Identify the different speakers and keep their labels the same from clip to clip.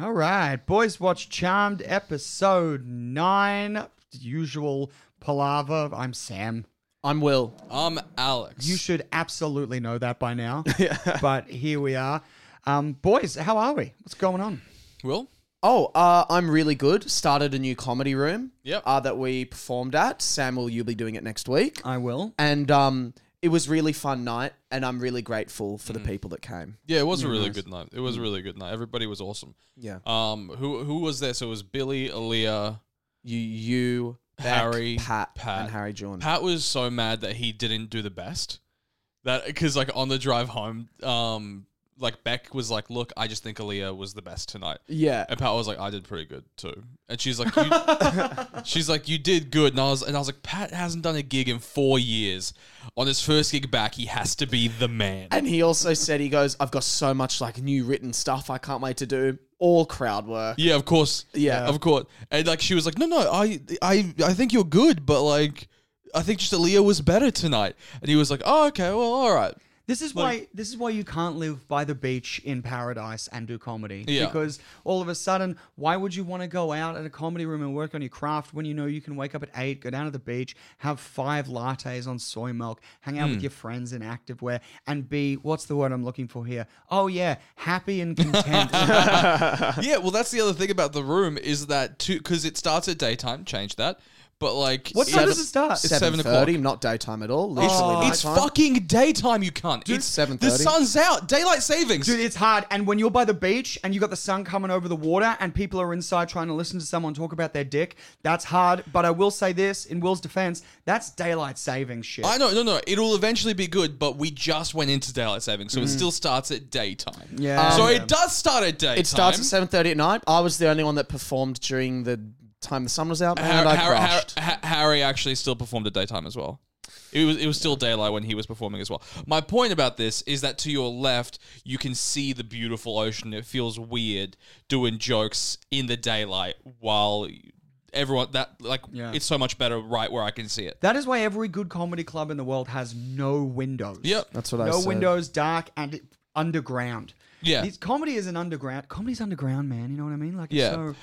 Speaker 1: All right, boys, watch Charmed episode nine. Usual palaver. I'm Sam.
Speaker 2: I'm Will.
Speaker 3: I'm Alex.
Speaker 1: You should absolutely know that by now. But here we are. Um, boys, how are we? What's going on?
Speaker 3: Will?
Speaker 2: Oh, uh, I'm really good. Started a new comedy room.
Speaker 3: Yep.
Speaker 2: Uh, that we performed at. Sam, will you be doing it next week?
Speaker 1: I will.
Speaker 2: And um, it was really fun night, and I'm really grateful
Speaker 3: Mm.
Speaker 2: for the people that came.
Speaker 3: Yeah, it was a really good night. It was a really good night. Everybody was awesome.
Speaker 2: Yeah.
Speaker 3: Um, who who was there? So it was Billy, Aaliyah.
Speaker 2: You, you, Beck,
Speaker 3: Harry,
Speaker 2: Pat,
Speaker 3: Pat.
Speaker 2: and Harry John.
Speaker 3: Pat was so mad that he didn't do the best. That because like on the drive home, um, like Beck was like, "Look, I just think Aaliyah was the best tonight."
Speaker 2: yeah.
Speaker 3: And Pat was like, "I did pretty good too." And she's like, you, "She's like, you did good." And I was and I was like, "Pat hasn't done a gig in four years. On his first gig back, he has to be the man."
Speaker 2: And he also said, he goes, I've got so much like new written stuff I can't wait to do. All crowd work.
Speaker 3: Yeah, of course.
Speaker 2: Yeah.
Speaker 3: of course. And like she was like, no, no, I, I, I think you're good, but like, I think just Aaliyah was better tonight. And he was like, oh, okay, well, all right.
Speaker 1: This is why this is why you can't live by the beach in paradise and do comedy.
Speaker 3: Yeah.
Speaker 1: Because all of a sudden, why would you want to go out at a comedy room and work on your craft when you know you can wake up at eight, go down to the beach, have five lattes on soy milk, hang out
Speaker 3: Hmm.
Speaker 1: with your friends in activewear, and be what's the word I'm looking for here? Oh yeah, happy and content. Uh-huh.
Speaker 3: yeah, well, that's the other thing about the room is that too, because it starts at daytime. Change that, but like,
Speaker 1: what time
Speaker 3: seven-
Speaker 1: does it start?
Speaker 3: It's seven Oh,
Speaker 2: 7:30, not daytime at all. Literally
Speaker 3: It's
Speaker 2: nighttime.
Speaker 3: fucking daytime, you cunt. it's
Speaker 2: 7:30.
Speaker 3: The sun's out. Daylight savings.
Speaker 1: Dude, it's hard. And when you're by the beach and you got the sun coming over the water and people are inside trying to listen to someone talk about their dick, that's hard. But I will say this in Will's defense, that's daylight saving shit.
Speaker 3: I know, no, no. It'll eventually be good, but we just went into daylight savings, so it still starts at daytime.
Speaker 1: Mm. Yeah.
Speaker 3: so
Speaker 1: Um,
Speaker 3: it does start at daytime.
Speaker 2: It starts at seven thirty at night. I was the only one that performed during the time the sun was out,
Speaker 3: Har-
Speaker 2: and I
Speaker 3: Har- Har-
Speaker 2: crushed.
Speaker 3: Ha- Harry actually still performed at daytime as well. It was it was still daylight when he was performing as well. My point about this is that to your left you can see the beautiful ocean. It feels weird doing jokes in the daylight while everyone that like
Speaker 1: Yeah.
Speaker 3: it's so much better right where I can see it.
Speaker 1: That is why every good comedy club in the world has no windows.
Speaker 3: Yep.
Speaker 2: That's what I
Speaker 1: No
Speaker 2: said.
Speaker 1: windows, dark and it- underground.
Speaker 3: Yeah.
Speaker 1: These- comedy is an underground. Comedy's underground, man. You know what I mean? Like,
Speaker 3: Yeah.
Speaker 1: it's so,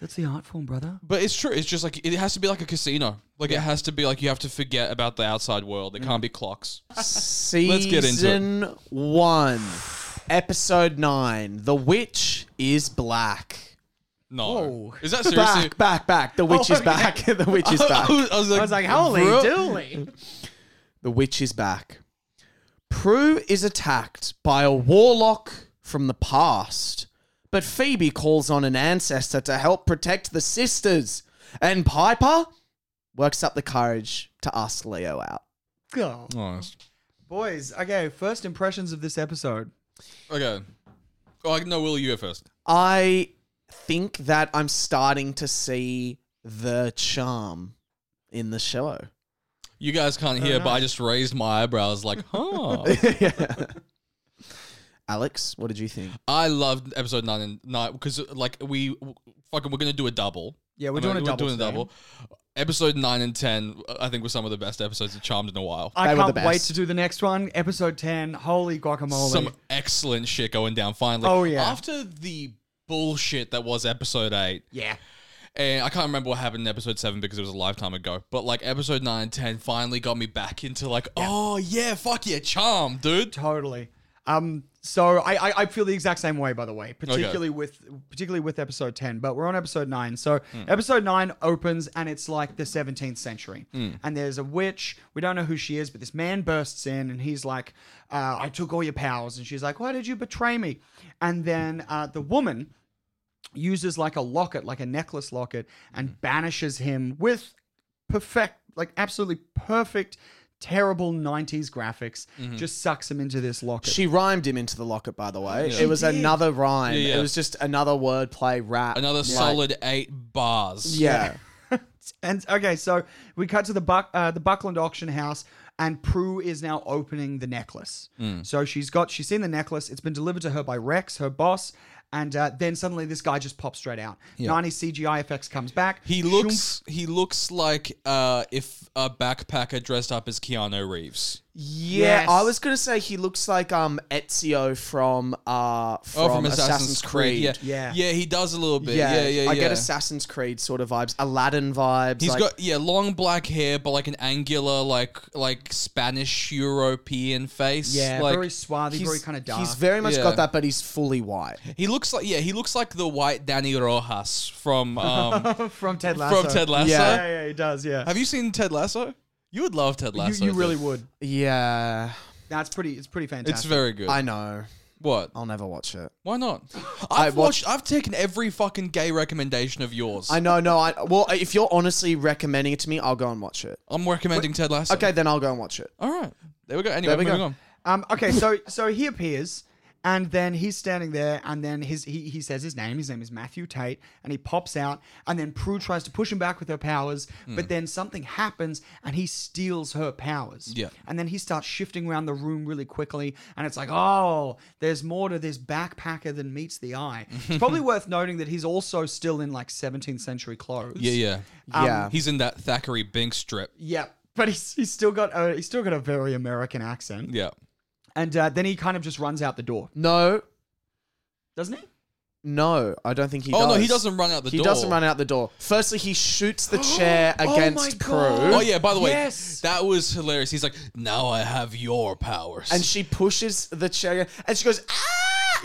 Speaker 1: that's the art form, brother.
Speaker 3: But it's true. It's just like it has to be like a casino. Like it has to be like you have to forget about the outside world. There can't be clocks.
Speaker 2: Season
Speaker 3: get into it.
Speaker 2: one, episode nine. The witch is black.
Speaker 3: No.
Speaker 1: Whoa.
Speaker 3: Is that seriously? Oh,
Speaker 2: Back, back, back. The witch
Speaker 1: Oh,
Speaker 2: is
Speaker 1: okay.
Speaker 2: back. the witch is back.
Speaker 3: I, was, like,
Speaker 1: I was like, holy
Speaker 3: bro-
Speaker 1: dooly.
Speaker 2: The witch is back. Prue is attacked by a warlock from the past, but Phoebe calls on an ancestor to help protect the sisters, and Piper works up the courage to ask Leo out.
Speaker 1: Go.
Speaker 3: Nice.
Speaker 1: Boys, okay, first impressions of this episode.
Speaker 3: Okay. Oh, I- no, Will, you go first.
Speaker 2: I think that I'm starting to see the charm in the show.
Speaker 3: You guys can't hear, but I just raised my eyebrows like, huh.
Speaker 2: Alex, what did you think?
Speaker 3: I loved episode nine and nine because, like, we fucking we're gonna do a double.
Speaker 1: Yeah, we're
Speaker 3: I
Speaker 1: doing a double today.
Speaker 3: Episode nine and ten, I think, were some of the best episodes of Charmed in a while.
Speaker 1: I
Speaker 2: They were the
Speaker 1: can't wait
Speaker 2: best.
Speaker 1: to do the next one, episode 10. Holy guacamole.
Speaker 3: some excellent shit going down. Finally,
Speaker 1: Oh, yeah.
Speaker 3: After the bullshit that was episode eight,
Speaker 1: yeah.
Speaker 3: and I can't remember what happened in episode seven because it was a lifetime ago. But like episode nine and ten finally got me back into like, oh yeah, fuck yeah, Charmed, dude.
Speaker 1: Totally. Um, so I, I I feel the exact same way, by the way, particularly with particularly with episode ten. But we're on episode nine, so episode nine opens and it's like the seventeenth century, and there's a witch. We don't know who she is, but this man bursts in and he's like, uh, "I took all your powers," and she's like, "Why did you betray me?" And then uh, the woman uses like a locket, like a necklace locket, and
Speaker 3: Mm-hmm.
Speaker 1: banishes him with perfect, like absolutely perfect, terrible 90s graphics,
Speaker 3: Mm-hmm.
Speaker 1: just sucks him into this locket.
Speaker 2: She rhymed him into the locket, by the way.
Speaker 3: Yeah.
Speaker 2: It was
Speaker 1: did.
Speaker 2: another rhyme.
Speaker 3: Yeah, yeah.
Speaker 2: It was just another wordplay rap.
Speaker 3: Another
Speaker 2: Like,
Speaker 3: solid eight bars.
Speaker 2: Yeah.
Speaker 1: and okay, so we cut to the Buck, uh, the Buckland auction house, and Prue is now
Speaker 3: Mm.
Speaker 1: opening the necklace. So she's got, she's seen the necklace. It's been delivered to her by Rex, her boss, And uh, then suddenly this guy just pops straight out. 90 CGI effects comes back.
Speaker 3: He looks he looks like uh, if a backpacker dressed up as Keanu Reeves.
Speaker 2: Yeah,
Speaker 1: Yes.
Speaker 2: I was gonna say he looks like um Ezio from uh from,
Speaker 3: Oh, from, Assassin's, Creed.
Speaker 1: Yeah.
Speaker 3: Yeah. yeah, he does a little bit.
Speaker 2: Yeah,
Speaker 3: Yeah, yeah, yeah.
Speaker 2: I get Assassin's Creed sort of vibes, Aladdin vibes.
Speaker 3: He's
Speaker 2: like,
Speaker 3: got yeah, long black hair, but like an angular, like like Spanish European face.
Speaker 1: Yeah,
Speaker 3: like,
Speaker 1: very swarthy,
Speaker 2: he's,
Speaker 1: very kind of dark.
Speaker 2: He's very much
Speaker 3: Yeah.
Speaker 2: got that, but he's fully white.
Speaker 3: He looks like yeah, he looks like the white Danny Rojas from um,
Speaker 1: from Ted Lasso.
Speaker 3: from Ted Lasso.
Speaker 1: Yeah,
Speaker 2: Yeah.
Speaker 1: yeah, he does. Yeah,
Speaker 3: Have you seen Ted Lasso? You would love Ted Lasso.
Speaker 1: you, you really
Speaker 3: dude.
Speaker 1: would.
Speaker 2: Yeah,
Speaker 1: That's pretty. It's pretty fantastic.
Speaker 3: It's very good.
Speaker 2: I know.
Speaker 3: what?
Speaker 2: I'll never watch it.
Speaker 3: Why not?
Speaker 2: I
Speaker 3: I've watched. I've taken every fucking gay recommendation of yours.
Speaker 2: I
Speaker 3: I,
Speaker 2: know. No, I well, if you're honestly recommending it to me, I'll go and watch it.
Speaker 3: am recommending Ted Lasso.
Speaker 2: Okay, then I'll go and watch it.
Speaker 3: All right. There we go. Anyway,
Speaker 2: There we
Speaker 3: moving
Speaker 2: go.
Speaker 3: on.
Speaker 1: Um, okay, so so he appears, and then he's standing there, and then his he, he says his name. His name is Matthew Tate, and he pops out, and then Prue tries to push him back with her powers, but then something happens, and he steals her powers.
Speaker 3: Yeah.
Speaker 1: and then he starts shifting around the room really quickly, and it's like, oh, there's more to this backpacker than meets the eye. it's probably worth noting that he's also still in like 17th century clothes.
Speaker 3: Yeah, yeah.
Speaker 2: yeah,
Speaker 3: He's in that Thackeray Binks strip.
Speaker 1: yeah. But he's, he's still got a, he's still got a very American accent,
Speaker 3: Yeah.
Speaker 1: and uh, then he kind of just runs out the door,
Speaker 2: no,
Speaker 1: doesn't he?
Speaker 2: no, I don't think he.
Speaker 3: oh
Speaker 2: does.
Speaker 3: no, he doesn't run out the
Speaker 2: He
Speaker 3: door.
Speaker 2: doesn't run out the door. Firstly, he shoots the chair
Speaker 1: Oh my
Speaker 2: against Prue,
Speaker 1: God.
Speaker 3: Oh yeah. By the way,
Speaker 1: Yes.
Speaker 3: that was hilarious. He's like, now I have your powers.
Speaker 2: and she pushes the chair, and she goes, ah!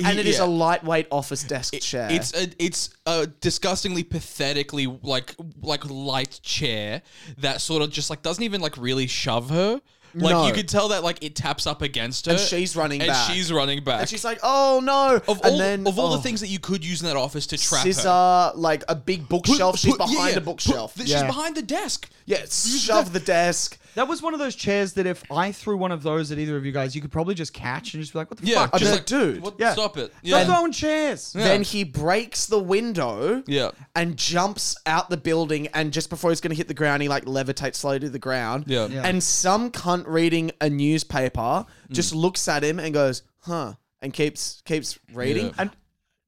Speaker 2: And it is
Speaker 3: Yeah.
Speaker 2: a lightweight office desk chair.
Speaker 3: It's a it's a disgustingly pathetically like like light chair that sort of just like doesn't even like really shove her. Like
Speaker 2: No.
Speaker 3: you could tell that like it taps up against her,
Speaker 2: And she's running
Speaker 3: and
Speaker 2: back.
Speaker 3: she's running back.
Speaker 2: and she's like, oh no!
Speaker 3: of
Speaker 2: and
Speaker 3: all
Speaker 2: then
Speaker 3: of all
Speaker 2: oh,
Speaker 3: the things that you could use in that office to trap
Speaker 2: scissor,
Speaker 3: her.
Speaker 2: like a big
Speaker 3: Put-
Speaker 2: bookshelf. she's
Speaker 3: put- yeah,
Speaker 2: behind
Speaker 3: yeah,
Speaker 2: a
Speaker 3: put-
Speaker 2: bookshelf.
Speaker 3: th-
Speaker 1: Yeah.
Speaker 3: She's behind the desk.
Speaker 2: yeah, shove the desk.
Speaker 1: That was one of those chairs that if I threw one of those at either of you guys, you could probably just catch and just be like, "What the
Speaker 3: Yeah,
Speaker 1: fuck?
Speaker 2: I
Speaker 3: just
Speaker 2: bet,
Speaker 3: like,
Speaker 2: dude.
Speaker 3: what-
Speaker 1: Yeah.
Speaker 3: stop it. Yeah,
Speaker 1: Stop throwing chairs!"
Speaker 3: Yeah.
Speaker 2: Then he breaks the window.
Speaker 3: Yeah.
Speaker 2: And jumps out the building, and just before he's going to hit the ground, he like levitates slowly to the ground.
Speaker 3: Yeah. Mm. Yeah.
Speaker 2: And some cunt reading a newspaper just looks at him and goes, "Huh," and keeps keeps reading.
Speaker 3: Yeah.
Speaker 1: And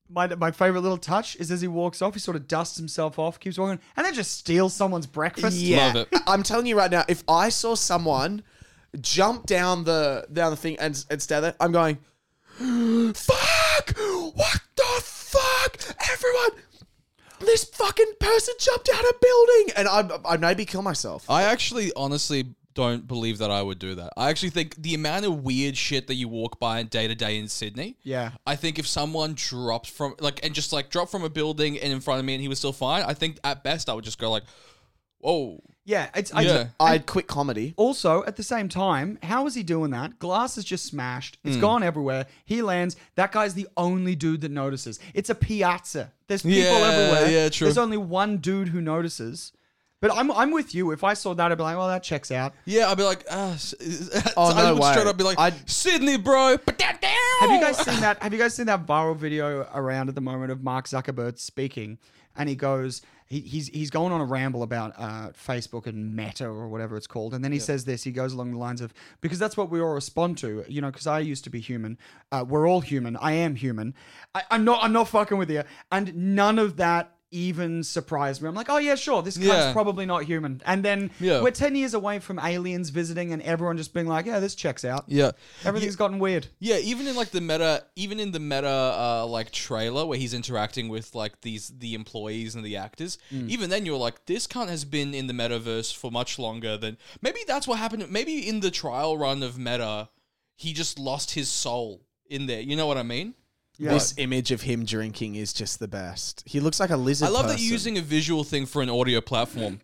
Speaker 1: my my favorite little touch is as he walks off, he sort of dusts himself off, keeps walking, and then just steals someone's breakfast.
Speaker 2: Yeah,
Speaker 3: Love it.
Speaker 2: I'm telling you right now, if I saw someone jump down the down the thing and and stand there, I'm going, fuck! What the fuck? Everyone, this fucking person jumped out a building, and I I maybe kill myself.
Speaker 3: I actually honestly don't believe that I would do that. I actually think the amount of weird shit that you walk by day to day in Sydney.
Speaker 1: Yeah.
Speaker 3: I think if someone dropped from like and just like dropped from a building and in front of me and he was still fine, I think at best I would just go like, "Whoa,
Speaker 1: yeah. It's I,
Speaker 3: Yeah.
Speaker 2: I'd quit comedy.
Speaker 1: Also, at the same time, how is he doing that? Glass is just smashed.
Speaker 3: Hmm.
Speaker 1: It's gone everywhere. He lands. That guy's the only dude that notices. It's a piazza. There's people
Speaker 3: Yeah,
Speaker 1: everywhere.
Speaker 3: yeah, true.
Speaker 1: There's only one dude who notices. But I'm, I'm with you. If I saw that, I'd be like, well, that checks out.
Speaker 3: yeah," I'd be like, ah, s-
Speaker 2: Oh,
Speaker 3: I
Speaker 2: no
Speaker 3: would
Speaker 2: way.
Speaker 3: straight up be like,
Speaker 2: I'd-
Speaker 3: "Sydney, bro, put that down."
Speaker 1: Have you guys seen that? Have you guys seen that viral video around at the moment of Mark Zuckerberg speaking, and he goes, he, he's he's going on a ramble about uh, Facebook and Meta or whatever it's called, and then he says this. He goes along the lines of because that's what we all respond to, you know. Because I used to be human. Uh, we're all human. I am human. I, I'm not. I'm not fucking with you. And none of that even surprised me. I'm like, oh yeah, sure. This cunt's
Speaker 3: Yeah.
Speaker 1: probably not human. And then
Speaker 3: Yeah.
Speaker 1: we're ten years away from aliens visiting and everyone just being like, yeah, this checks out.
Speaker 3: Yeah,
Speaker 1: Everything's gotten weird.
Speaker 3: Yeah, even in like the meta, even in the meta uh, like trailer where he's interacting with like these the employees and the actors,
Speaker 1: Mm.
Speaker 3: even then you're like, this cunt has been in the metaverse for much longer than maybe that's what happened. Maybe in the trial run of meta, he just lost his soul in there. You know what I mean?
Speaker 1: Yeah.
Speaker 2: This image of him drinking is just the best. He looks like a lizard.
Speaker 3: I love that
Speaker 2: person.
Speaker 3: you're using a visual thing for an audio platform.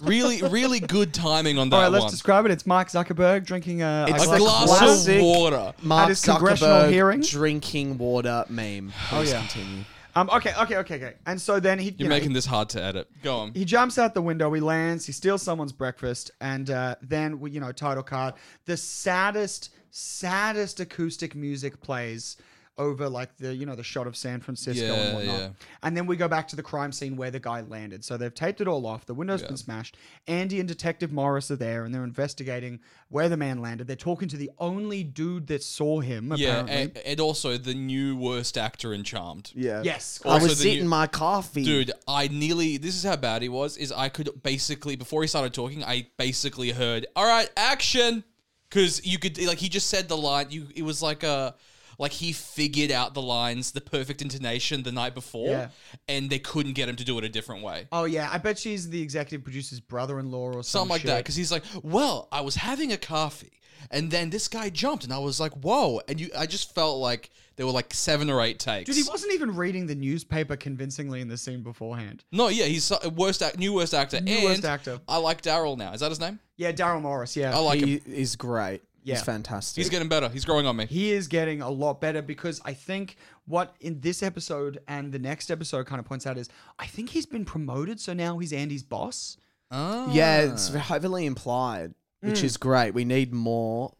Speaker 3: really, really good timing on that
Speaker 1: All right, let's
Speaker 3: one.
Speaker 1: describe it. It's Mark Zuckerberg drinking uh, a,
Speaker 2: It's
Speaker 3: a
Speaker 2: like
Speaker 3: glass
Speaker 2: classic-
Speaker 3: of water.
Speaker 2: Mark
Speaker 1: his congressional
Speaker 2: Zuckerberg
Speaker 1: hearing.
Speaker 2: drinking water meme.
Speaker 1: Oh,
Speaker 2: Please
Speaker 1: yeah.
Speaker 2: continue.
Speaker 1: Um, okay, okay, okay, okay. And so then he, you
Speaker 3: You're
Speaker 1: know,
Speaker 3: making this hard to edit. Go on.
Speaker 1: he jumps out the window. He lands. He steals someone's breakfast, and uh, then we- you know, title card. The saddest, saddest acoustic music plays over like the you know the shot of San Francisco
Speaker 3: Yeah,
Speaker 1: and whatnot.
Speaker 3: yeah.
Speaker 1: And then we go back to the crime scene where the guy landed. So they've taped it all off. The window's been smashed. Andy and Detective Morris are there and they're investigating where the man landed. They're talking to the only dude that saw him.
Speaker 3: Yeah,
Speaker 1: Apparently.
Speaker 3: and, and also the new worst actor in Charmed.
Speaker 2: Yeah.
Speaker 1: yes.
Speaker 2: I
Speaker 3: Also
Speaker 2: was
Speaker 3: the new-
Speaker 2: eating my coffee.
Speaker 3: Dude, I nearly. This is how bad he was. Is I could basically before he started talking, I basically heard, "All right, action," because you could like he just said the line. You it was like a like he figured out the lines, the perfect intonation the night before,
Speaker 1: Yeah.
Speaker 3: and they couldn't get him to do it a different way.
Speaker 1: Oh yeah, I bet she's the executive producer's brother-in-law or
Speaker 3: Something like
Speaker 1: shit.
Speaker 3: that. Because he's like, "Well, I was having a coffee." And then this guy jumped, and I was like, "Whoa!" And you, I just felt like there were like seven or eight takes.
Speaker 1: Dude, he wasn't even reading the newspaper convincingly in the scene beforehand.
Speaker 3: no, yeah, he's so- worst act, new worst actor.
Speaker 1: New worst
Speaker 3: and Oh.
Speaker 1: actor.
Speaker 3: I like Daryl now. Is that his name?
Speaker 1: Yeah, Daryl Morris. Yeah,
Speaker 3: I like him.
Speaker 2: he is great.
Speaker 1: Yeah.
Speaker 2: He's fantastic.
Speaker 3: He's getting better. He's growing on me.
Speaker 1: he is getting a lot better because I think what in this episode and the next episode kind of points out is I think he's been promoted, so now he's Andy's boss.
Speaker 3: Ah.
Speaker 2: yeah, it's heavily implied, which is great. We need more,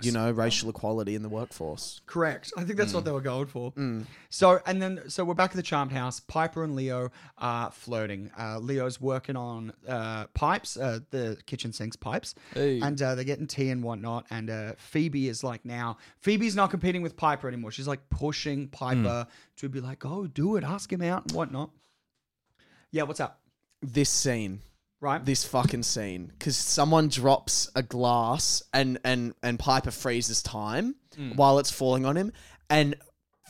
Speaker 2: you know, racial equality in the workforce.
Speaker 1: Correct. I think that's
Speaker 3: Mm.
Speaker 1: what they were going for. So, and then, so we're back at the Charmed House. Piper and Leo are flirting. Uh, Leo's working on uh, pipes, uh, the kitchen sinks pipes. And uh, they're getting tea and whatnot. And uh, Phoebe is like, now, Phoebe's not competing with Piper anymore. She's like pushing Piper
Speaker 3: Mm.
Speaker 1: to be like, oh, do it, ask him out and whatnot. Yeah, what's up?
Speaker 2: This scene,
Speaker 1: Right?
Speaker 2: this fucking scene, because someone drops a glass and and and Piper freezes time while it's falling on him, and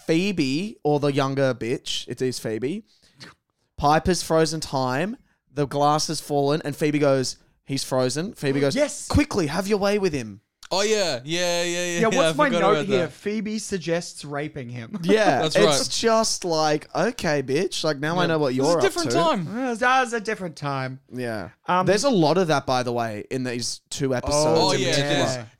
Speaker 2: Phoebe or the younger bitch, it is Phoebe. Piper's frozen time. The glass has fallen, and Phoebe goes. He's frozen. Phoebe goes.
Speaker 1: Yes.
Speaker 2: Quickly, have your way with him.
Speaker 3: Oh yeah, yeah, yeah, yeah.
Speaker 1: yeah,
Speaker 3: I
Speaker 1: what's my
Speaker 3: forgot
Speaker 1: note
Speaker 3: about
Speaker 1: here?
Speaker 3: that.
Speaker 1: Phoebe suggests raping him.
Speaker 2: Yeah,
Speaker 3: That's
Speaker 2: it's
Speaker 3: right.
Speaker 2: just like okay, bitch. Like now I know what
Speaker 3: It
Speaker 2: you're
Speaker 3: was a
Speaker 2: up
Speaker 3: different
Speaker 2: to.
Speaker 3: time.
Speaker 1: Well, that was a different time.
Speaker 2: Yeah,
Speaker 1: Um,
Speaker 2: there's a lot of that, by the way, in these two episodes.
Speaker 3: Oh
Speaker 2: in
Speaker 3: yeah,
Speaker 1: yeah.
Speaker 3: it is.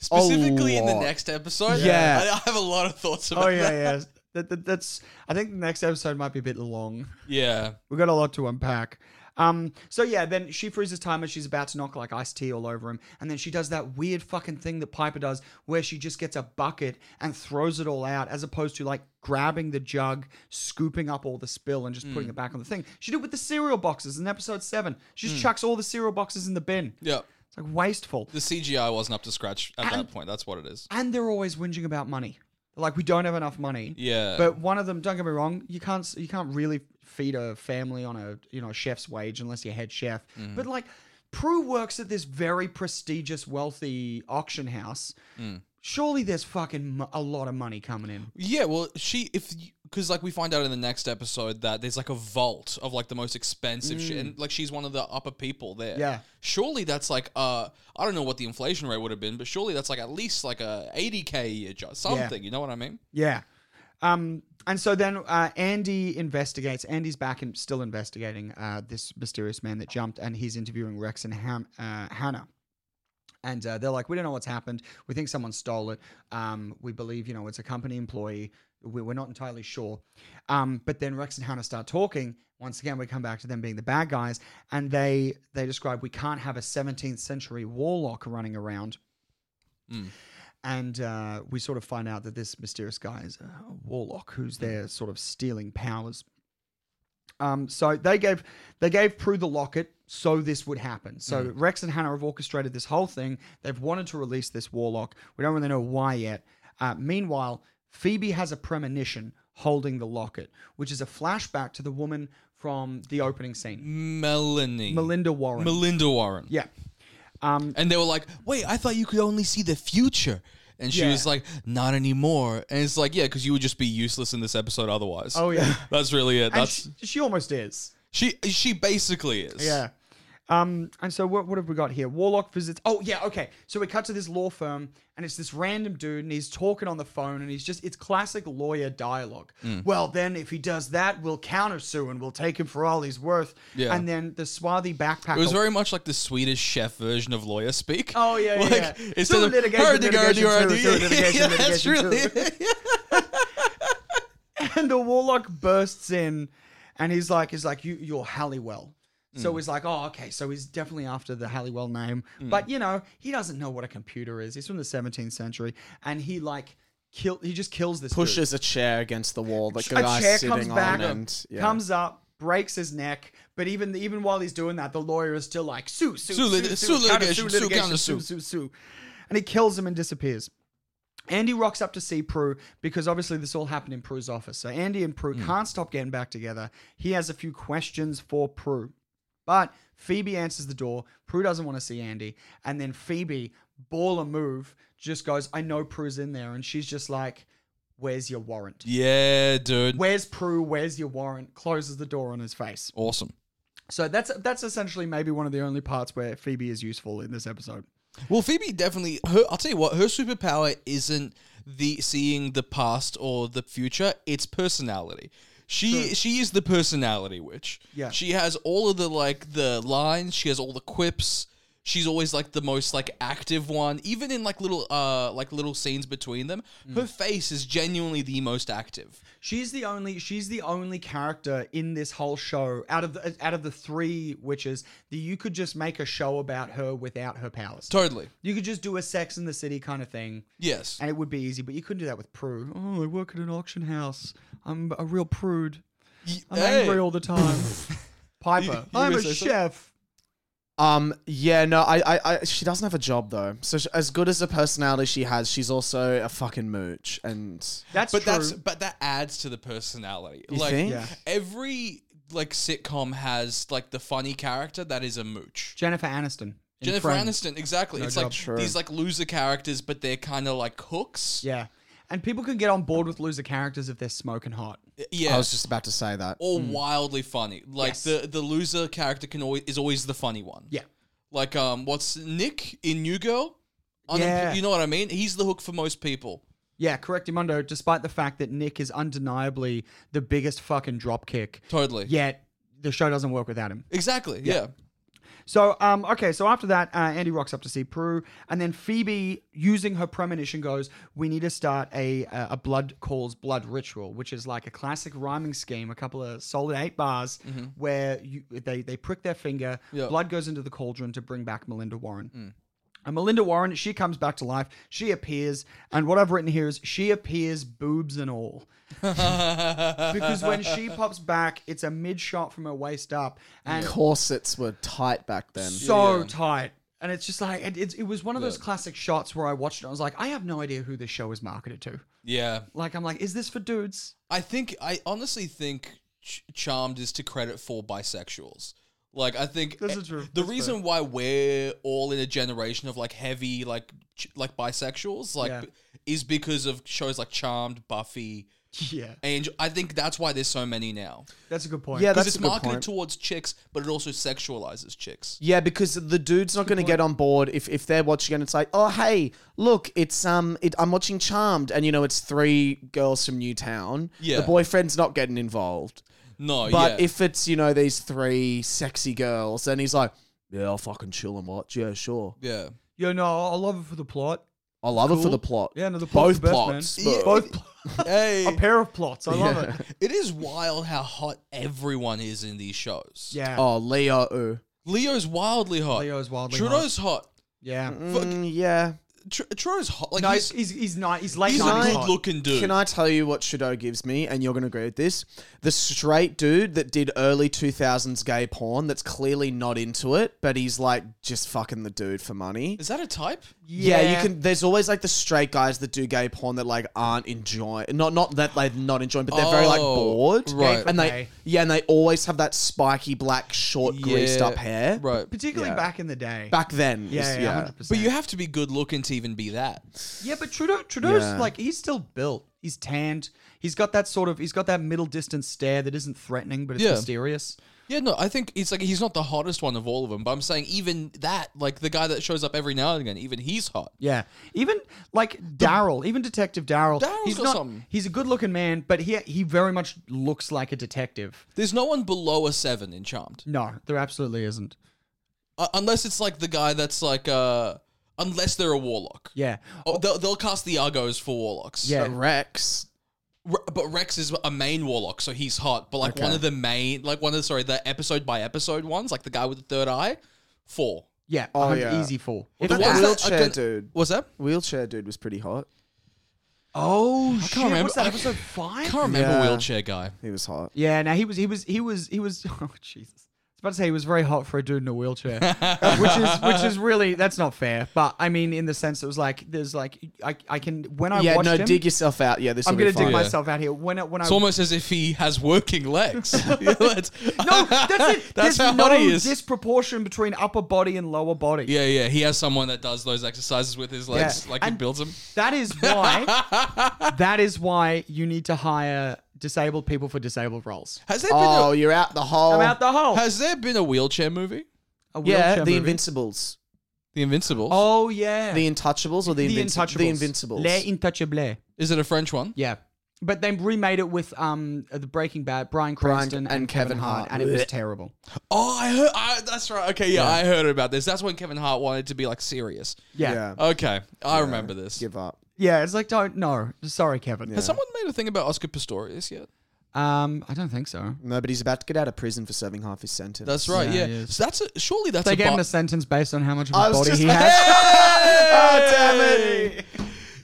Speaker 2: particular.
Speaker 3: specifically
Speaker 2: A
Speaker 3: in the
Speaker 2: lot.
Speaker 3: next episode.
Speaker 2: Yeah.
Speaker 3: I- I have a lot of thoughts about
Speaker 1: Oh yeah,
Speaker 3: that.
Speaker 1: yeah. That, that, that's. I think the next episode might be a bit long.
Speaker 3: Yeah,
Speaker 1: We got a lot to unpack. Um. So yeah, then she freezes time and she's about to knock like iced tea all over him, and then she does that weird fucking thing that Piper does, where she just gets a bucket and throws it all out, as opposed to like grabbing the jug, scooping up all the spill, and just putting it back on the thing. She did it with the cereal boxes in episode seven. She just chucks all the cereal boxes in the bin.
Speaker 3: yeah.
Speaker 1: It's like wasteful.
Speaker 3: The CGI wasn't up to scratch at
Speaker 1: And-
Speaker 3: that point. That's what it is.
Speaker 1: and they're always whinging about money. They're Like we don't have enough money.
Speaker 3: Yeah.
Speaker 1: But one of them, don't get me wrong, you can't you can't really feed a family on a you know chef's wage unless you're head chef. But like, Prue works at this very prestigious, wealthy auction house. Surely there's fucking mo- a lot of money coming in.
Speaker 3: Yeah, well, she if because like we find out in the next episode that there's like a vault of like the most expensive shit, and like she's one of the upper people there.
Speaker 1: Mm. Yeah.
Speaker 3: surely that's like uh, I don't know what the inflation rate would have been, but surely that's like at least like a eighty k a year job, something. You know what I mean?
Speaker 1: Yeah. Um, and so then uh, Andy investigates. Andy's back and still investigating uh, this mysterious man that jumped, and he's interviewing Rex and Ham- uh, Hannah. And uh, they're like, we don't know what's happened. We think someone stole it. Um, we believe, you know, it's a company employee. We- We're not entirely sure. Um, but then Rex and Hannah start talking. Once again, we come back to them being the bad guys, and they they describe we can't have a 17th century warlock running around and uh, we sort of find out that this mysterious guy is a warlock who's there sort of stealing powers. Um, so they gave they gave Prue the locket so this would happen. So Rex and Hannah have orchestrated this whole thing. They've wanted to release this warlock. We don't really know why yet. Uh, meanwhile, Phoebe has a premonition holding the locket, which is a flashback to the woman from the opening scene,
Speaker 3: Melanie,
Speaker 1: Melinda Warren.
Speaker 3: Melinda Warren.
Speaker 1: yeah, Um,
Speaker 3: And they were like, wait, I thought you could only see the future. And she
Speaker 1: Yeah.
Speaker 3: was like, not anymore. And it's like, yeah, because you would just be useless in this episode otherwise.
Speaker 1: Oh, yeah.
Speaker 3: That's really it.
Speaker 1: and
Speaker 3: That's
Speaker 1: she, she almost is.
Speaker 3: she, she basically is.
Speaker 1: Yeah. Um, and so what, what have we got here? Warlock visits. Oh yeah, okay. So we cut to this law firm, and it's this random dude, and he's talking on the phone, and he's just it's classic lawyer dialogue.
Speaker 3: Mm.
Speaker 1: Well, then if he does that, we'll countersue and we'll take him for all he's worth.
Speaker 3: Yeah.
Speaker 1: And then the swarthy backpacker.
Speaker 3: It was very much like the Swedish chef version of lawyer speak.
Speaker 1: Oh, yeah, yeah,
Speaker 3: like,
Speaker 1: yeah.
Speaker 3: It's
Speaker 1: Through
Speaker 3: sort of
Speaker 1: litigation,
Speaker 3: "Hurdy, gurdy,
Speaker 1: litigation,
Speaker 3: hurdy."
Speaker 1: through, through litigation,
Speaker 3: Yeah, that's
Speaker 1: litigation,
Speaker 3: really
Speaker 1: and the warlock bursts in, and he's like, he's like, you, you're Halliwell. So he's like, oh, okay. So he's definitely after the Halliwell name, but you know, he doesn't know what a computer is. He's from the 17th century, and he like kill. He just kills this. dude.
Speaker 2: pushes a chair against the wall that
Speaker 1: a
Speaker 2: guy's
Speaker 1: chair
Speaker 2: sitting
Speaker 1: comes
Speaker 2: on
Speaker 1: back,
Speaker 2: and yeah.
Speaker 1: comes up, breaks his neck. But even even while he's doing that, the lawyer is still like sue, sue,
Speaker 3: Sue
Speaker 1: sue,
Speaker 3: lit-
Speaker 1: sue,
Speaker 3: sue litigation, sue,
Speaker 1: litigation,
Speaker 3: counter
Speaker 1: sue, sue,
Speaker 3: sue."
Speaker 1: sue, and he kills him and disappears. Andy rocks up to see Prue because obviously this all happened in Prue's office. So Andy and
Speaker 3: Hmm.
Speaker 1: Prue can't stop getting back together. He has a few questions for Prue. But Phoebe answers the door. Prue doesn't want to see Andy. And then Phoebe, baller move, just goes, I know Prue's in there. And she's just like, Where's your warrant?
Speaker 3: Yeah, dude.
Speaker 1: Where's Prue? Where's your warrant? Closes the door on his face.
Speaker 3: Awesome.
Speaker 1: So that's that's essentially maybe one of the only parts where Phoebe is useful in this episode.
Speaker 3: Well, Phoebe definitely. Her, I'll tell you what. Her superpower isn't the seeing the past or the future. It's personality. She she is the personality witch.
Speaker 1: Yeah.
Speaker 3: She has all of the like the lines. She has all the quips. She's always like the most like active one. Even in like little uh like little scenes between them,
Speaker 1: Mm.
Speaker 3: her face is genuinely the most active.
Speaker 1: She's the only she's the only character in this whole show out of the out of the three witches that you could just make a show about her without her powers.
Speaker 3: Totally.
Speaker 1: You could just do a Sex in the City kind of thing,
Speaker 3: Yes.
Speaker 1: and it would be easy. But you couldn't do that with Prue. Oh, I work at an auction house. I'm a real prude.
Speaker 3: Y-
Speaker 1: I'm
Speaker 3: hey.
Speaker 1: angry all the time.
Speaker 3: You- you
Speaker 1: Piper,
Speaker 3: were
Speaker 1: I'm
Speaker 3: gonna
Speaker 1: a
Speaker 3: say something?
Speaker 1: chef.
Speaker 2: Um. Yeah. No. I, I. I. She doesn't have a job though. So she, as good as the personality she has, she's also a fucking mooch. And
Speaker 1: That's
Speaker 3: but
Speaker 1: true.
Speaker 3: that's but that adds to the personality.
Speaker 2: You
Speaker 3: like
Speaker 2: think?
Speaker 1: Yeah.
Speaker 3: every like sitcom has like the funny character that is a mooch.
Speaker 1: Jennifer Aniston. in
Speaker 3: Jennifer
Speaker 1: Friends.
Speaker 3: Aniston, exactly. it's like
Speaker 1: doubt.
Speaker 2: Sure.
Speaker 3: these like loser characters, but they're kind of like hooks.
Speaker 1: Yeah. And people can get on board with loser characters if they're smoking hot.
Speaker 3: yeah.
Speaker 2: I was just about to say that.
Speaker 3: or wildly funny. Like
Speaker 1: Hmm. Yes.
Speaker 3: the the loser character can always is always the funny one.
Speaker 1: Yeah.
Speaker 3: Like um, what's Nick in New Girl? Unem-
Speaker 1: Yeah.
Speaker 3: You know what I mean? He's the hook for most people.
Speaker 1: Yeah, correctimundo, despite the fact that Nick is undeniably the biggest fucking dropkick,
Speaker 3: Totally.
Speaker 1: yet the show doesn't work without him.
Speaker 3: Exactly. Yeah.
Speaker 1: So, um, okay, so after that, uh, Andy rocks up to see Prue, and then Phoebe, using her premonition, goes, "We need to start a uh, a blood calls blood ritual, which is like a classic rhyming scheme, a couple of solid eight bars, where you they they prick their finger,
Speaker 3: Yeah.
Speaker 1: blood goes into the cauldron to bring back Melinda Warren." And Melinda Warren, she comes back to life. She appears, and what I've written here is she appears boobs and all because when she pops back, it's a mid shot from her waist up, and
Speaker 2: Corsets were tight back then.
Speaker 1: so
Speaker 3: Yeah.
Speaker 1: tight. And it's just like, it, it's it was one of those classic shots where I watched it. I was like, I have no idea who this show is marketed to.
Speaker 3: Yeah.
Speaker 1: Like, I'm like, is this for dudes?
Speaker 3: I think I honestly think Ch- Charmed is to credit for bisexuals. Like I think
Speaker 1: This is true.
Speaker 3: the
Speaker 1: That's
Speaker 3: reason why we're all in a generation of like heavy like ch- like bisexuals like
Speaker 1: Yeah.
Speaker 3: b- is because of shows like Charmed, Buffy,
Speaker 1: Yeah,
Speaker 3: Angel. I think that's why there's so many now
Speaker 1: that's a good point.
Speaker 2: Yeah,
Speaker 3: because
Speaker 2: that's
Speaker 3: it's
Speaker 2: a good
Speaker 3: marketed
Speaker 2: point.
Speaker 3: towards chicks, but it also sexualizes chicks.
Speaker 2: Yeah, because the dude's not going to get on board if, if they're watching and it's like, oh hey, look, it's um, it, I'm watching Charmed, and you know it's three girls from Newtown.
Speaker 3: Yeah.
Speaker 2: the boyfriend's not getting involved.
Speaker 1: Oh,
Speaker 3: No,
Speaker 2: But
Speaker 3: yeah.
Speaker 2: if it's you know these three sexy girls, then he's like, yeah, I'll fucking chill and watch. Yeah, sure.
Speaker 3: yeah.
Speaker 1: yo, no, I love it for the plot.
Speaker 2: I love it for the plot.
Speaker 1: Yeah, no, the plot's
Speaker 2: both
Speaker 1: the best,
Speaker 2: plots.
Speaker 1: man.
Speaker 2: but-
Speaker 1: Both pl- a
Speaker 3: Hey,
Speaker 1: pair of plots. I love it.
Speaker 3: it is wild how hot everyone is in these shows.
Speaker 1: Yeah,
Speaker 2: Oh, Leo. ooh.
Speaker 3: Leo's wildly hot.
Speaker 1: Leo's wildly hot.
Speaker 3: Uh, Trudeau's hot.
Speaker 1: Yeah,
Speaker 2: Mm, yeah.
Speaker 3: Tr- Trudeau's hot. Like
Speaker 1: no,
Speaker 3: he's,
Speaker 1: he's he's, he's not. He's late
Speaker 3: He's
Speaker 2: Can
Speaker 3: a
Speaker 2: I-
Speaker 1: nineties.
Speaker 3: good looking dude.
Speaker 2: Can I tell you what Shadow gives me? And you're going to agree with this. The straight dude that did early 2000s gay porn that's clearly not into it, but he's like just fucking the dude for money.
Speaker 3: Is that a type?
Speaker 2: Yeah. you can. There's always like the straight guys that do gay porn that like aren't enjoying. Not not that they're not enjoying, but they're very like
Speaker 3: Oh,
Speaker 2: bored.
Speaker 3: right.
Speaker 2: And they
Speaker 1: Okay.
Speaker 2: yeah, and they always have that spiky black short greased
Speaker 3: Yeah,
Speaker 2: up hair.
Speaker 3: Right.
Speaker 1: particularly
Speaker 2: Yeah.
Speaker 1: back in the day.
Speaker 2: Back then, is-
Speaker 1: yeah, yeah,
Speaker 2: yeah.
Speaker 1: hundred
Speaker 3: But
Speaker 1: percent.
Speaker 3: you have to be good looking to even be that.
Speaker 1: Yeah, but Trudeau, Trudeau's
Speaker 2: Yeah.
Speaker 1: like he's still built. He's tanned. He's got that sort of. He's got that middle distance stare that isn't threatening, but it's
Speaker 3: Yeah.
Speaker 1: mysterious.
Speaker 3: Yeah, no, I think it's like he's not the hottest one of all of them, but I'm saying even that, like the guy that shows up every now and again, even he's hot.
Speaker 1: Yeah, even like Daryl, even Detective Daryl.
Speaker 3: Daryl's
Speaker 1: He's
Speaker 3: got
Speaker 1: not.
Speaker 3: something.
Speaker 1: He's a good looking man, but he he very much looks like a detective.
Speaker 3: There's no one below a seven in Charmed,
Speaker 1: No, there absolutely isn't.
Speaker 3: uh, unless it's like the guy that's like, uh, unless they're a warlock.
Speaker 1: Yeah,
Speaker 3: Oh, they'll, they'll cast the Argos for warlocks.
Speaker 1: Yeah.
Speaker 2: But Rex,
Speaker 3: Re- but Rex is a main warlock, so he's hot. But like one
Speaker 2: Okay.
Speaker 3: of the main, like one of the, sorry, the episode by episode ones, like the guy with the third eye, four.
Speaker 1: yeah.
Speaker 2: Oh,
Speaker 1: Oh,
Speaker 2: yeah.
Speaker 1: Easy fall.
Speaker 3: The
Speaker 2: that
Speaker 3: ones that are
Speaker 2: wheelchair
Speaker 3: gonna-
Speaker 2: dude.
Speaker 3: What's that?
Speaker 2: Wheelchair dude was pretty hot.
Speaker 1: Oh shit!
Speaker 3: remember-
Speaker 1: What's that
Speaker 3: I-
Speaker 1: episode
Speaker 3: I
Speaker 1: five?
Speaker 3: can't remember
Speaker 2: Yeah.
Speaker 3: wheelchair guy.
Speaker 2: He was hot.
Speaker 1: Yeah, now he was he was he was he was oh Jesus. I was about to say he was very hot for a dude in a wheelchair. which is which is really that's not fair. But I mean in the sense it was like there's like I, I can when I
Speaker 2: yeah,
Speaker 1: watched
Speaker 2: no,
Speaker 1: him
Speaker 2: dig yourself out. Yeah, this
Speaker 1: I'm
Speaker 2: will
Speaker 1: gonna
Speaker 2: be
Speaker 1: dig
Speaker 2: fine.
Speaker 3: my-
Speaker 1: myself out here. When I when
Speaker 3: It's
Speaker 1: I
Speaker 3: almost as if he has working legs. Let's-
Speaker 1: No, that's it. There's
Speaker 3: That's how
Speaker 1: no
Speaker 3: hot he is.
Speaker 1: disproportion between upper body and lower body.
Speaker 3: yeah, yeah. He has someone that does those exercises with his legs, like he
Speaker 1: And-
Speaker 3: builds them.
Speaker 1: That is why that is why you need to hire disabled people for disabled roles.
Speaker 3: Has there
Speaker 2: Oh, you're out the hole.
Speaker 1: I'm out the hole.
Speaker 3: been a, has there been a wheelchair movie?
Speaker 1: A
Speaker 2: yeah,
Speaker 1: wheelchair
Speaker 2: the
Speaker 1: movie.
Speaker 2: Invincibles,
Speaker 3: The Invincibles.
Speaker 1: Oh yeah.
Speaker 2: the Untouchables, or the,
Speaker 1: The
Speaker 2: Invinci-
Speaker 1: Intouchables.
Speaker 2: The Invincibles.
Speaker 1: Les Intouchables.
Speaker 3: Is it a French one?
Speaker 1: Yeah. But they remade it with um the Breaking Bad, Brian Cranston
Speaker 2: and Kevin Hart.
Speaker 1: and it was
Speaker 2: Blech.
Speaker 1: terrible.
Speaker 3: Oh, I heard. I, that's right. Okay, yeah, I heard about this. That's when Kevin Hart wanted to be like serious.
Speaker 1: Yeah. yeah,
Speaker 2: yeah.
Speaker 3: Okay, I remember this.
Speaker 2: Give up.
Speaker 1: It's like don't no, sorry, Kevin.
Speaker 3: Has someone made a thing about Oscar Pistorius yet?
Speaker 1: Um, I don't think so.
Speaker 2: No, but he's about to get out of prison for serving half his sentence.
Speaker 3: That's right.
Speaker 1: Yeah,
Speaker 3: Yeah.
Speaker 1: he is.
Speaker 3: So that's a, surely that's
Speaker 1: They
Speaker 3: a
Speaker 1: gave him
Speaker 3: bi-
Speaker 1: a sentence based on how much of
Speaker 2: I
Speaker 1: a
Speaker 2: was
Speaker 1: body
Speaker 2: just
Speaker 1: he
Speaker 2: like,
Speaker 1: has.
Speaker 2: oh, damn it.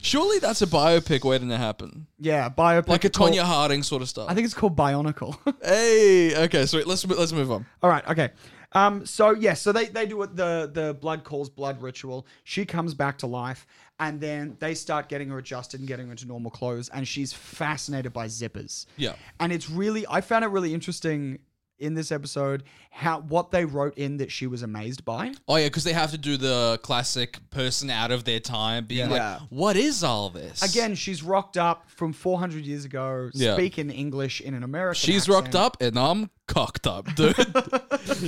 Speaker 3: surely that's a biopic waiting to happen,
Speaker 1: Yeah, biopic.
Speaker 3: like a
Speaker 1: called-
Speaker 3: Tonya Harding sort of stuff.
Speaker 1: I think it's called Bionicle.
Speaker 3: hey. Okay. So let's let's move on.
Speaker 1: All right, okay. Um, so yes, so they they do it the the blood calls blood ritual. She comes back to life, and then they start getting her adjusted and getting her into normal clothes, and she's fascinated by zippers.
Speaker 3: Yeah.
Speaker 1: and it's really I found it really interesting in this episode how what they wrote in that she was amazed by.
Speaker 3: Oh yeah, because they have to do the classic person out of their time, being like,
Speaker 2: Yeah.
Speaker 3: "What is all this?"
Speaker 1: Again, she's rocked up from 400 years ago,
Speaker 3: Yeah.
Speaker 1: speaking English in an American.
Speaker 3: She's
Speaker 1: accent.
Speaker 3: rocked up and I'm cocked up, dude.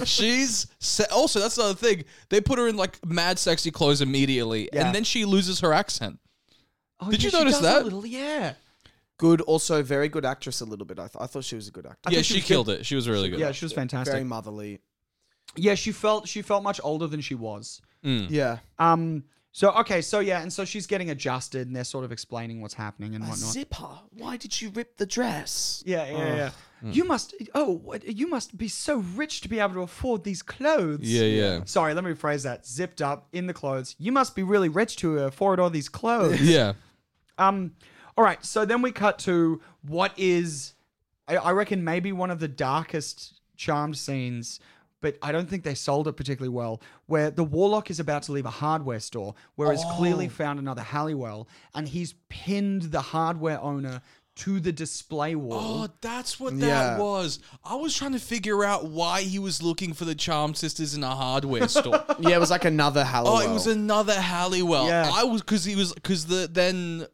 Speaker 3: She's se- also that's another thing. They put her in like mad sexy clothes immediately,
Speaker 1: Yeah.
Speaker 3: and then she loses her accent.
Speaker 1: Oh,
Speaker 3: Did you
Speaker 1: she
Speaker 3: notice
Speaker 1: does a
Speaker 3: that?
Speaker 1: little- yeah.
Speaker 2: Good, also very good actress. A little bit. I, th- I thought she was a good actress.
Speaker 3: yeah,
Speaker 1: think she
Speaker 3: she
Speaker 1: was
Speaker 3: killed it. She was really good.
Speaker 1: Yeah, she was fantastic.
Speaker 2: Very motherly.
Speaker 1: Yeah, she felt she felt much older than she was.
Speaker 2: Yeah.
Speaker 1: Um. So okay. So yeah, and so she's getting adjusted, and they're sort of explaining what's happening and whatnot.
Speaker 2: Zipper. Why did you rip the dress?
Speaker 1: yeah, yeah, yeah. You must. Oh, what- you must be so rich to be able to afford these clothes.
Speaker 3: Yeah, yeah.
Speaker 1: Sorry, let me rephrase that. Zipped up in the clothes. You must be really rich to afford all these clothes.
Speaker 3: yeah.
Speaker 1: Um, all right. So then we cut to what is, I, I reckon, maybe one of the darkest charmed scenes, but I don't think they sold it particularly well. Where the warlock is about to leave a hardware store, where he's
Speaker 3: Oh.
Speaker 1: clearly found another Halliwell, and he's pinned the hardware owner to the display wall.
Speaker 3: Oh, that's what that
Speaker 2: Yeah.
Speaker 3: was. I was trying to figure out why he was looking for the Charm Sisters in a hardware store.
Speaker 2: Yeah, it was like another Halloween.
Speaker 3: Oh, it was another Halliwell.
Speaker 1: Yeah.
Speaker 3: I was because he was because the then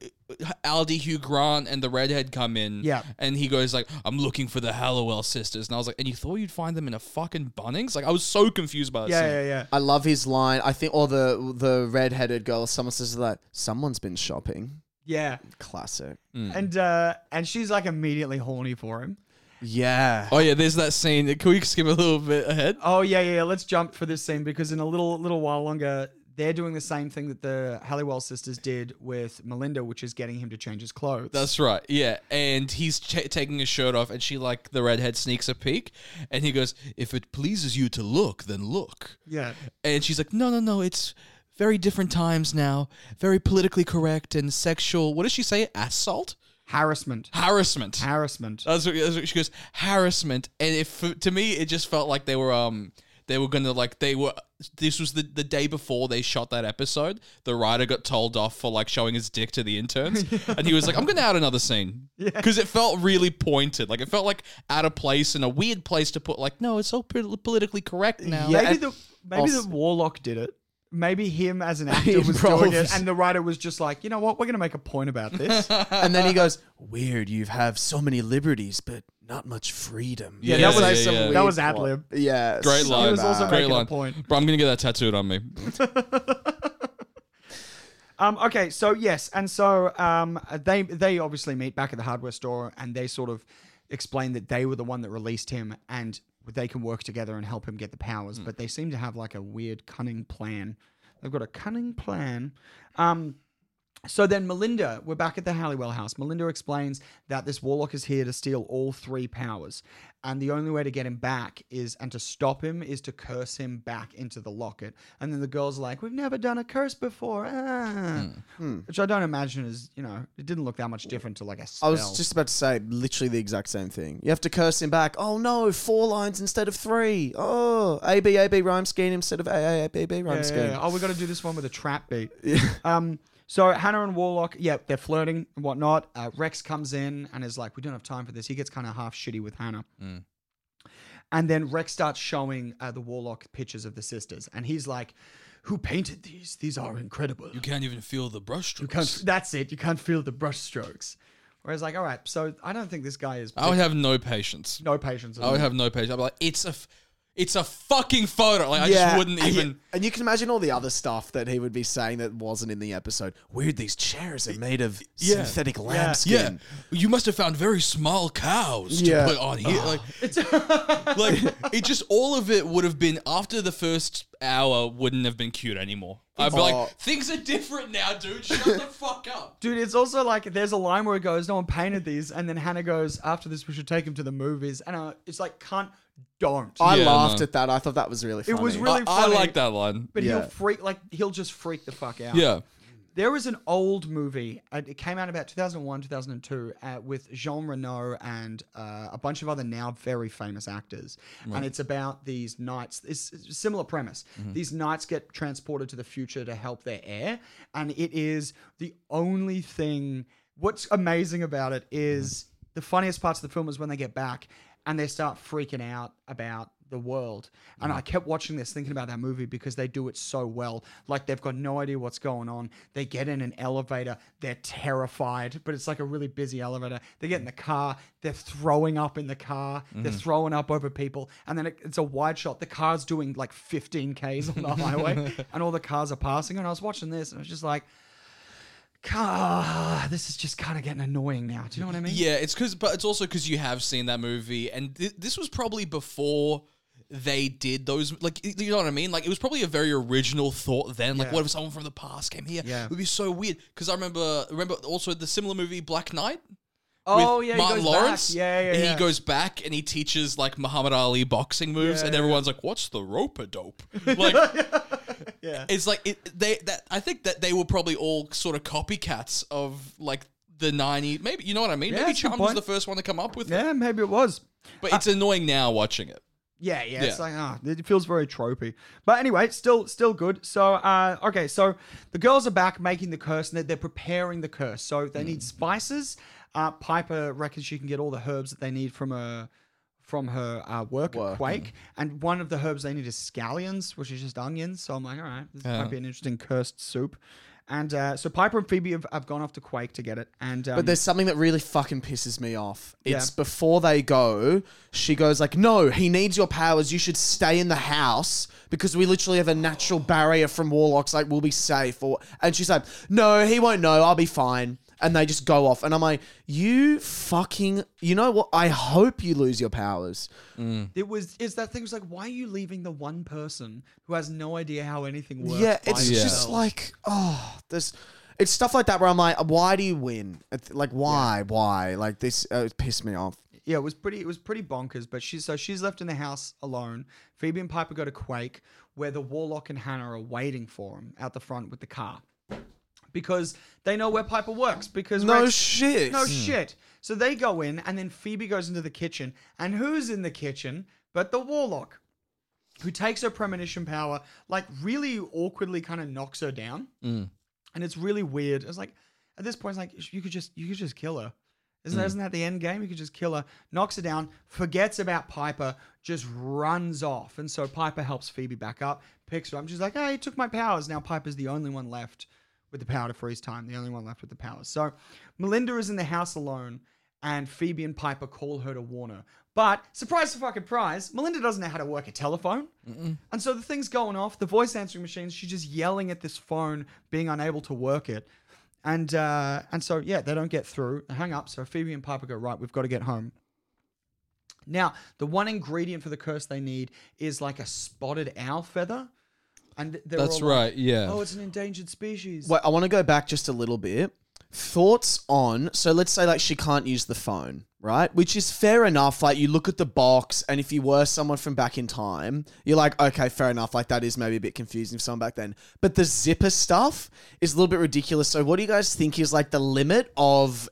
Speaker 3: Aldi Hugh Grant and the redhead come in.
Speaker 1: Yeah.
Speaker 3: and he goes like, "I'm looking for the Halliwell sisters," and I was like, "And you thought you'd find them in a fucking Bunnings?" Like, I was so confused by that.
Speaker 1: yeah,
Speaker 3: scene.
Speaker 1: yeah, yeah.
Speaker 2: I love his line. I think, or the the redheaded girl. Someone says that someone's been shopping.
Speaker 1: Yeah.
Speaker 2: Classic.
Speaker 3: Hmm.
Speaker 1: And uh and she's like immediately horny for him.
Speaker 2: Yeah.
Speaker 3: Oh yeah, there's that scene. Can we skip a little bit ahead?
Speaker 1: Oh yeah, yeah. yeah, Let's jump for this scene because in a little little while longer, they're doing the same thing that the Halliwell sisters did with Melinda, which is getting him to change his clothes.
Speaker 3: That's right. Yeah, and he's ch- taking his shirt off, and she like the redhead sneaks a peek, and he goes, "If it pleases you to look, then look."
Speaker 1: yeah,
Speaker 3: And she's like, no, no, no, it's very different times now, very politically correct and sexual. What does she say? Assault?
Speaker 1: harassment,
Speaker 3: Harassment.
Speaker 1: harassment.
Speaker 2: Uh,
Speaker 3: That's what- that's what she goes, harassment. And if to me, it just felt like they were, um, they were gonna like they were. This was the the day before they shot that episode. The writer got told off for like showing his dick to the interns, and he was like, "I'm gonna add another scene because it felt really pointed. Like it felt like out of place and a weird place to put. Like, no, it's so pol- politically correct now.
Speaker 2: Yeah,
Speaker 1: maybe
Speaker 2: and-
Speaker 1: the maybe
Speaker 2: also-
Speaker 1: the warlock did it. Maybe him as an
Speaker 2: He
Speaker 1: actor was doing
Speaker 2: probably-
Speaker 1: it, and the writer was just like, you know what, we're gonna make a point about this. yeah,
Speaker 2: and then he goes, "Weird, you have so many liberties, but not much freedom."
Speaker 3: Yeah,
Speaker 1: that was
Speaker 3: yeah,
Speaker 1: some
Speaker 3: yeah.
Speaker 1: weird
Speaker 2: Weird
Speaker 1: that was
Speaker 2: plot.
Speaker 1: ad lib.
Speaker 2: Yeah,
Speaker 3: Great
Speaker 2: so
Speaker 3: line.
Speaker 1: He was also
Speaker 2: bad.
Speaker 1: making
Speaker 3: Great
Speaker 1: a
Speaker 3: line.
Speaker 1: point.
Speaker 3: Bro, I'm gonna get that tattooed on me.
Speaker 1: Um, okay, so yes, and so um, they they obviously meet back at the hardware store, and they sort of explain that they were the one that released him, and they can work together and help him get the powers. But they seem to have like a weird cunning plan. They've got a cunning plan. Um, So then Melinda, we're back at the Halliwell house. Melinda explains that this warlock is here to steal all three powers. And the only way to get him back is, and to stop him, is to curse him back into the locket. And then the girl's like, We've never done a curse before.
Speaker 2: Hmm.
Speaker 1: Ah. Which I don't imagine is, you know, it didn't look that much different to like a spell.
Speaker 2: I was just about to say literally the exact same thing. You have to curse him back. Oh no, four lines instead of three. Oh, A B A B rhyme scheme instead of A A A B B rhyme
Speaker 1: Yeah,
Speaker 2: scheme.
Speaker 1: yeah, yeah. Oh, we got to do this one with a trap beat. Um, so Hannah and Warlock, yeah, they're flirting and whatnot. Uh, Rex comes in and is like, "We don't have time for this." He gets kind of half shitty with Hannah. And then Rex starts showing uh, the Warlock pictures of the sisters, and he's like, "Who painted these? These are incredible."
Speaker 3: You can't even feel the brushstrokes.
Speaker 1: You can't. That's it. You can't feel the brush strokes. Whereas, like, all right, so I don't think this guy is
Speaker 3: I would have no patience.
Speaker 1: no patience. At
Speaker 3: I
Speaker 1: all.
Speaker 3: would have no patience. I'd be like, it's a, f- it's a fucking photo. Like I just wouldn't
Speaker 2: and you-
Speaker 3: even.
Speaker 2: And you can imagine all the other stuff that he would be saying that wasn't in the episode. Weird, these chairs are made of
Speaker 3: Yeah.
Speaker 2: synthetic
Speaker 3: Yeah,
Speaker 2: lambskin.
Speaker 3: you must have found very small cows
Speaker 2: Yeah.
Speaker 3: to put on here. Like, like it just all of it would have been after the first hour wouldn't have been cute anymore. I'd be
Speaker 2: Oh.
Speaker 3: like, things are different now, dude. Shut the fuck up.
Speaker 1: Dude, it's also like there's a line where it goes, "No one painted these," and then Hannah goes, "After this, we should take him to the movies." And uh, it's like, "Cunt, don't."
Speaker 2: I
Speaker 3: Yeah,
Speaker 2: laughed
Speaker 3: no.
Speaker 2: at that. I thought that was really funny.
Speaker 1: was really-
Speaker 3: I, I
Speaker 1: funny.
Speaker 3: like that line.
Speaker 1: but
Speaker 2: Yeah.
Speaker 1: he'll freak like he'll just freak the fuck out.
Speaker 3: Yeah,
Speaker 1: There was an old movie. uh, It came out about 2001, 2002, uh, with Jean Reno and uh, a bunch of other now very famous actors. And it's about these knights. It's it's a similar premise.
Speaker 2: Mm-hmm.
Speaker 1: These knights get transported to the future to help their heir, and it is the only thing. What's amazing about it is
Speaker 2: Mm-hmm.
Speaker 1: the funniest parts of the film is when they get back and they start freaking out about the world. And I kept watching this thinking about that movie because they do it so well. Like they've got no idea what's going on. They get in an elevator, they're terrified, but it's like a really busy elevator. They get in the car, they're throwing up in the car, they're throwing up over people. And then it, it's a wide shot. The car's doing like 15 Ks on the highway and all the cars are passing. And I was watching this and I was just like, "Ah, this is just kind of getting annoying now. Do you know what I mean?
Speaker 3: yeah. It's because, but it's also because you have seen that movie, and th- this was probably before they did those. Like, you know what I mean? Like, it was probably a very original thought then. Like,
Speaker 1: Yeah.
Speaker 3: what if someone from the past came here?
Speaker 1: Yeah.
Speaker 3: it would be so weird. Because I remember, remember also the similar movie Black Knight.
Speaker 1: Oh,
Speaker 3: with
Speaker 1: yeah. he
Speaker 3: Martin
Speaker 1: goes back.
Speaker 3: Lawrence.
Speaker 1: Yeah, yeah,
Speaker 3: and
Speaker 1: yeah.
Speaker 3: He goes back and he teaches like Muhammad Ali boxing moves,
Speaker 1: Yeah,
Speaker 3: and
Speaker 1: yeah,
Speaker 3: everyone's like, "What's the rope a dope?" Like,
Speaker 1: Yeah.
Speaker 3: it's like it, they that I think that they were probably all sort of copycats of like the ninety. Maybe you know what I mean.
Speaker 1: Yeah,
Speaker 3: maybe
Speaker 1: that's a good
Speaker 3: Charmed was
Speaker 1: point.
Speaker 3: the first one to come up with it,
Speaker 1: Yeah, Uh, maybe it was.
Speaker 3: but it's annoying now watching it.
Speaker 1: Yeah, yeah, It's
Speaker 3: Yeah.
Speaker 1: like ah, it feels very tropey. But anyway, still, still good. So, uh, okay, so the girls are back making the curse, and they're, they're preparing the curse. So they
Speaker 3: Mm.
Speaker 1: need spices. Uh, Piper reckons she can get all the herbs that they need from her from her uh, work, at Quake, and one of the herbs they need is scallions, which is just onions. So I'm like, all right, this might be an interesting cursed soup. And uh, so Piper and Phoebe have, have gone off to Quake to get it. And um,
Speaker 2: But there's something that really fucking pisses me off. It's
Speaker 1: Yeah.
Speaker 2: before they go, she goes like, "No, he needs your powers. You should stay in the house because we literally have a natural barrier from warlocks. Like, we'll be safe." Or and she's like, "No, he won't know. I'll be fine." And they just go off. And I'm like, "You fucking, you know what? I hope you lose your powers."
Speaker 1: It was is that thing was like, why are you leaving the one person who has no idea how anything works?
Speaker 2: yeah,
Speaker 1: by
Speaker 2: it's just
Speaker 1: themselves?
Speaker 2: like, oh, there's. It's stuff like that where I'm like, why do you win? It's Like, why, why? Like this uh, pissed me off.
Speaker 1: yeah, it was pretty it was pretty bonkers. But she's so she's left in the house alone. Phoebe and Piper go to Quake, where the Warlock and Hannah are waiting for him out the front with the car, because they know where Piper works. Because
Speaker 2: No
Speaker 1: Rex-
Speaker 2: shit.
Speaker 1: no shit. So they go in, and then Phoebe goes into the kitchen, and who's in the kitchen but the Warlock, who takes her premonition power, like really awkwardly, kind of knocks her down. and it's really weird. It's like at this point, it's like you could just you could just kill her. Isn't, that isn't that the end game? You could just kill her, knocks her down, forgets about Piper, just runs off. And so Piper helps Phoebe back up, picks her up. And she's like, hey, he took my powers. Now Piper's the only one left with the power to freeze time, the only one left with the powers. So Melinda is in the house alone, and Phoebe and Piper call her to warn her. But surprise, fucking prize, Melinda doesn't know how to work a telephone. And so the thing's going off, the voice answering machine, she's just yelling at this phone, being unable to work it. And uh, and so yeah, they don't get through. They hang up. So Phoebe and Piper go right. We've got to get home. Now the one ingredient for the curse they need is like a spotted owl feather, and they're
Speaker 3: That's
Speaker 1: all like,
Speaker 3: right. Yeah.
Speaker 1: Oh, it's an endangered species.
Speaker 2: Wait, I want to go back just a little bit. Thoughts on so let's say like she can't use the phone, right? Which is fair enough. Like you look at the box, and if you were someone from back in time, you're like, okay, fair enough. Like that is maybe a bit confusing for someone back then. But the zipper stuff is a little bit ridiculous. So what do you guys think is like the limit of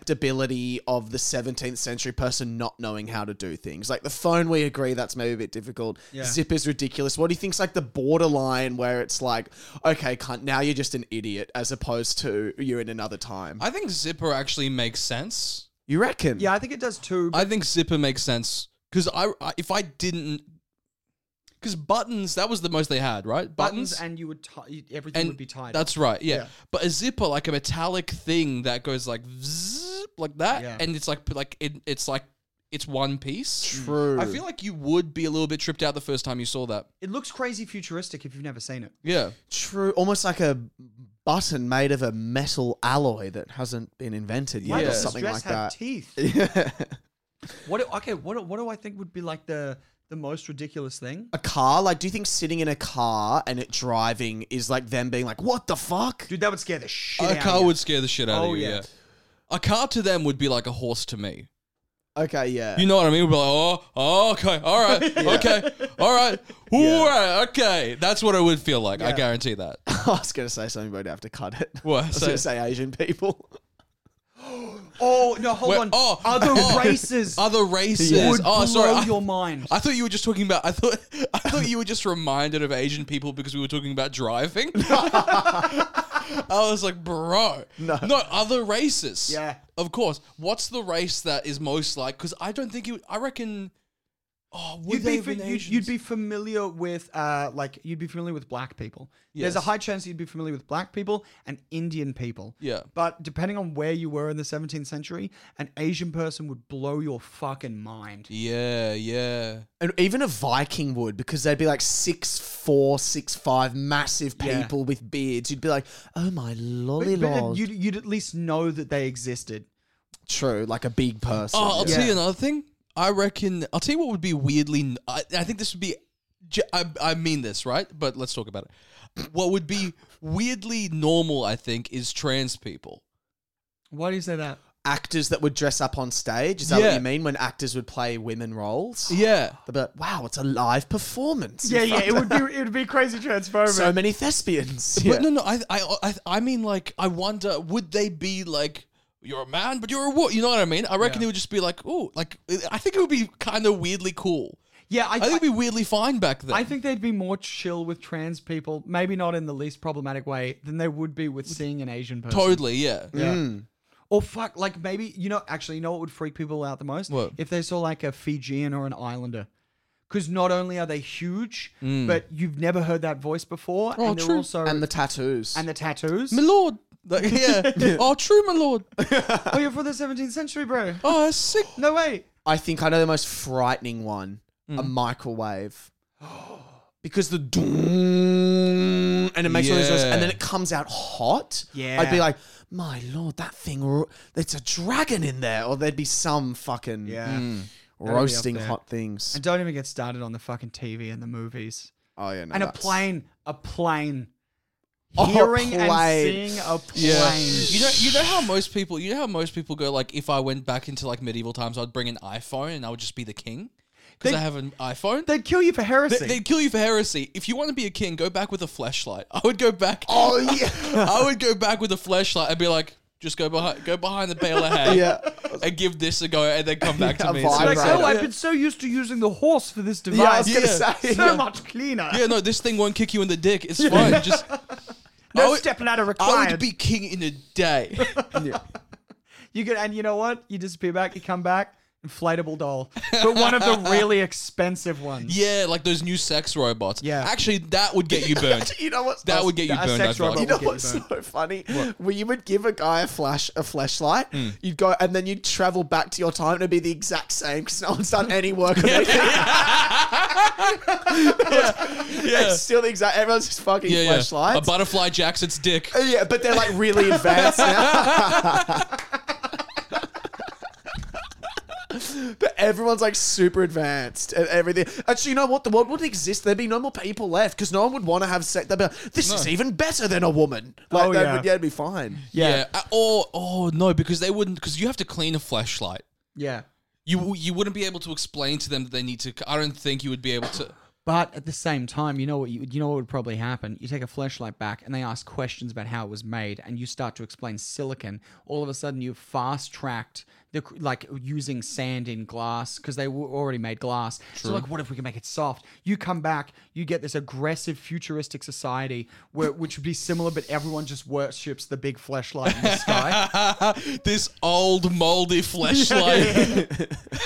Speaker 2: acceptability of the 17th century person not knowing how to do things? Like the phone, we agree that's maybe a bit difficult.
Speaker 1: Yeah.
Speaker 2: Zipper is ridiculous. What do you think's like the borderline where it's like, okay, cunt, now you're just an idiot as opposed to you're in another time?
Speaker 3: I think zipper actually makes sense.
Speaker 2: you reckon?
Speaker 1: Yeah, I think it does too.
Speaker 3: I think zipper makes sense because I, I if I didn't because buttons that was the most they had right
Speaker 1: buttons and you would tie everything
Speaker 3: and
Speaker 1: would be tied.
Speaker 3: That's right. Yeah.
Speaker 1: Yeah.
Speaker 3: But a zipper, like a metallic thing that goes like zzz, like that,
Speaker 1: Yeah.
Speaker 3: and it's like like it, it's like it's one piece.
Speaker 2: True.
Speaker 3: I feel like you would be a little bit tripped out the first time you saw that.
Speaker 1: it looks crazy futuristic if you've never seen it.
Speaker 3: Yeah.
Speaker 2: True. Almost like a button made of a metal alloy that hasn't been invented yet
Speaker 1: Why
Speaker 2: or
Speaker 1: does
Speaker 2: something
Speaker 1: dress
Speaker 2: like
Speaker 1: have
Speaker 2: that.
Speaker 1: teeth?
Speaker 2: Yeah.
Speaker 1: What? do- Okay. What? do- What do I think would be like the the most ridiculous thing?
Speaker 2: a car? Like, do you think sitting in a car and it driving is like them being like, what the fuck?
Speaker 1: Dude, that would scare the shit
Speaker 3: A
Speaker 1: out
Speaker 3: car
Speaker 1: of you.
Speaker 3: would scare the shit out
Speaker 1: Oh,
Speaker 3: of you.
Speaker 1: yeah.
Speaker 3: Yeah. A car to them would be like a horse to me.
Speaker 2: Okay, yeah.
Speaker 3: You know what I mean? We'd be like, oh, oh okay, all right, okay, all right, all right, okay. That's what it would feel like. I
Speaker 1: Yeah.
Speaker 3: guarantee that.
Speaker 2: I was going to say something, but I'd have to cut it.
Speaker 3: What?
Speaker 2: I was
Speaker 3: Say
Speaker 2: going
Speaker 3: it.
Speaker 2: to say Asian people.
Speaker 1: Oh no! Hold
Speaker 3: Wait,
Speaker 1: on.
Speaker 3: oh,
Speaker 1: Other
Speaker 3: oh,
Speaker 1: races
Speaker 3: Other races.
Speaker 1: would
Speaker 3: oh,
Speaker 1: blow
Speaker 3: sorry. I-
Speaker 1: your mind.
Speaker 3: I thought you were just talking about. I thought I thought you were just reminded of Asian people because we were talking about driving. I was like, bro, no, other races.
Speaker 1: Yeah.
Speaker 3: of course. What's the race that is most like? Because I don't think you. I reckon. Oh, would
Speaker 1: you'd
Speaker 3: they
Speaker 1: be,
Speaker 3: have
Speaker 1: fa-
Speaker 3: been
Speaker 1: you'd,
Speaker 3: Asians?
Speaker 1: you'd be familiar with uh, like you'd be familiar with black people. There's a
Speaker 3: Yes.
Speaker 1: high chance you'd be familiar with black people and Indian people.
Speaker 3: Yeah.
Speaker 1: But depending on where you were in the 17th century, an Asian person would blow your fucking mind.
Speaker 3: Yeah, yeah.
Speaker 2: And even a Viking would, because they'd be like six four, six five, massive
Speaker 1: Yeah.
Speaker 2: people with beards. You'd be like, oh my lolly
Speaker 1: But- but
Speaker 2: lord.
Speaker 1: you'd, you'd at least know that they existed.
Speaker 2: True, like a big person.
Speaker 3: Oh, I'll
Speaker 2: yeah.
Speaker 3: tell you another thing. I reckon I'll tell you what would be weirdly. n- I, I think this would be. j- I, I mean this right, but let's talk about it. What would be weirdly normal, I think, is trans people.
Speaker 1: Why do you say that?
Speaker 2: Actors that would dress up on stage. Is that what
Speaker 3: Yeah.
Speaker 2: you mean when actors would play women roles?
Speaker 3: Yeah.
Speaker 2: They'd be like, wow, it's a live performance.
Speaker 1: Yeah, yeah, it would be it would be crazy transphobic.
Speaker 2: So many thespians. Yeah.
Speaker 3: But no, no, I, I, I, I mean, like, I wonder, would they be like, you're a man, but you're a woman? You know what I mean? I reckon it would just be like, oh, like, I think it would be kind of weirdly cool.
Speaker 1: yeah, I,
Speaker 3: I think it'd be weirdly fine back then.
Speaker 1: I think they'd be more chill with trans people, maybe not in the least problematic way, than they would be with seeing an Asian person.
Speaker 3: totally, yeah.
Speaker 1: Yeah. Mm. Or fuck, like maybe you know. Actually, you know what would freak people out the most?
Speaker 3: What?
Speaker 1: If they saw like a Fijian or an Islander, because not only are they huge, but you've never heard that voice before,
Speaker 3: Oh,
Speaker 1: and they're
Speaker 3: true.
Speaker 1: also
Speaker 2: Mm. And the tattoos.
Speaker 1: and the tattoos.
Speaker 3: My lord. Like, yeah. oh, true, my lord.
Speaker 1: oh, you're from the 17th century, bro.
Speaker 3: Oh, that's sick.
Speaker 1: No way.
Speaker 2: I think I know the most frightening one a
Speaker 1: Mm.
Speaker 2: microwave. Because the doom and it makes all these noises,
Speaker 3: Yeah.
Speaker 2: and then it comes out hot.
Speaker 1: Yeah.
Speaker 2: I'd be like, my lord, that thing, ro- it's a dragon in there, or there'd be some fucking Mm.
Speaker 1: Yeah.
Speaker 2: roasting
Speaker 1: there.
Speaker 2: hot things.
Speaker 1: And don't even get started on the fucking TV and the movies.
Speaker 2: oh yeah, no,
Speaker 1: And a
Speaker 2: that's-
Speaker 1: plane, a plane.
Speaker 2: Oh,
Speaker 1: Hearing
Speaker 2: plane.
Speaker 1: and seeing a plane.
Speaker 3: Yeah. You know, you know how most people, you know how most people go like, if I went back into like medieval times, I'd bring an iPhone and I would just be the king because
Speaker 1: They-
Speaker 3: I have an iPhone.
Speaker 1: They'd kill you for heresy.
Speaker 3: They, would kill you for heresy. If you want to be a king, go back with a flashlight. I would go back.
Speaker 2: Oh yeah,
Speaker 3: I would go back with a flashlight and be like, just go behind, go behind the bale of hay,
Speaker 2: yeah.
Speaker 3: and give this a go, and then come back
Speaker 2: Yeah,
Speaker 3: to me.
Speaker 2: vibe
Speaker 3: and
Speaker 1: like,
Speaker 3: say-
Speaker 2: Right.
Speaker 1: oh, I've been so used to using the horse for this device.
Speaker 2: Yeah, I was gonna
Speaker 3: Yeah.
Speaker 2: say.
Speaker 1: so much cleaner.
Speaker 3: yeah, no, this thing won't kick you in the dick. It's fine. Just I
Speaker 1: No
Speaker 3: would-
Speaker 1: step ladder required.
Speaker 3: I would be king in a day.
Speaker 1: you can, and you know what? You disappear back. You come back, inflatable doll, but one of the really expensive ones.
Speaker 3: yeah, like those new sex robots.
Speaker 1: Yeah.
Speaker 3: actually, that would get you burned.
Speaker 2: You know what's
Speaker 3: That would get you
Speaker 1: A
Speaker 3: burned. I
Speaker 1: sex
Speaker 3: feel like.
Speaker 1: robot
Speaker 2: You know
Speaker 1: Okay,
Speaker 2: what's
Speaker 1: fine.
Speaker 2: so funny? Well, you would give a guy a flash, a flashlight.
Speaker 3: Hmm.
Speaker 2: You'd go, and then you'd travel back to your time, and it'd be the exact same because no one's done any work on it. It's still the exact. Everyone's just fucking
Speaker 3: yeah, yeah. A
Speaker 2: flashlights.
Speaker 3: butterfly jacks its dick.
Speaker 2: Uh, yeah, but they're like really advanced now. But everyone's like super advanced and everything. Actually, you know what? The world wouldn't exist. There'd be no more people left because no one would want to have sex. They'd be like, this is even better than a woman. Like,
Speaker 1: Oh,
Speaker 2: that
Speaker 1: yeah.
Speaker 2: would, yeah, it'd be fine.
Speaker 1: Yeah.
Speaker 3: Uh, Or oh no, because they wouldn't because you have to clean a flashlight.
Speaker 1: Yeah.
Speaker 3: You you wouldn't be able to explain to them that they need to. I don't think you would be able to.
Speaker 1: But at the same time, you know what you, you know what would probably happen. You take a flashlight back, and they ask questions about how it was made, and you start to explain silicon. All of a sudden, you've fast tracked the cr- like using sand in glass because they were already made glass. So like, what if we can make it soft? You come back, you get this aggressive futuristic society where which would be similar, but everyone just worships the big flashlight in the sky,
Speaker 3: this old moldy flashlight.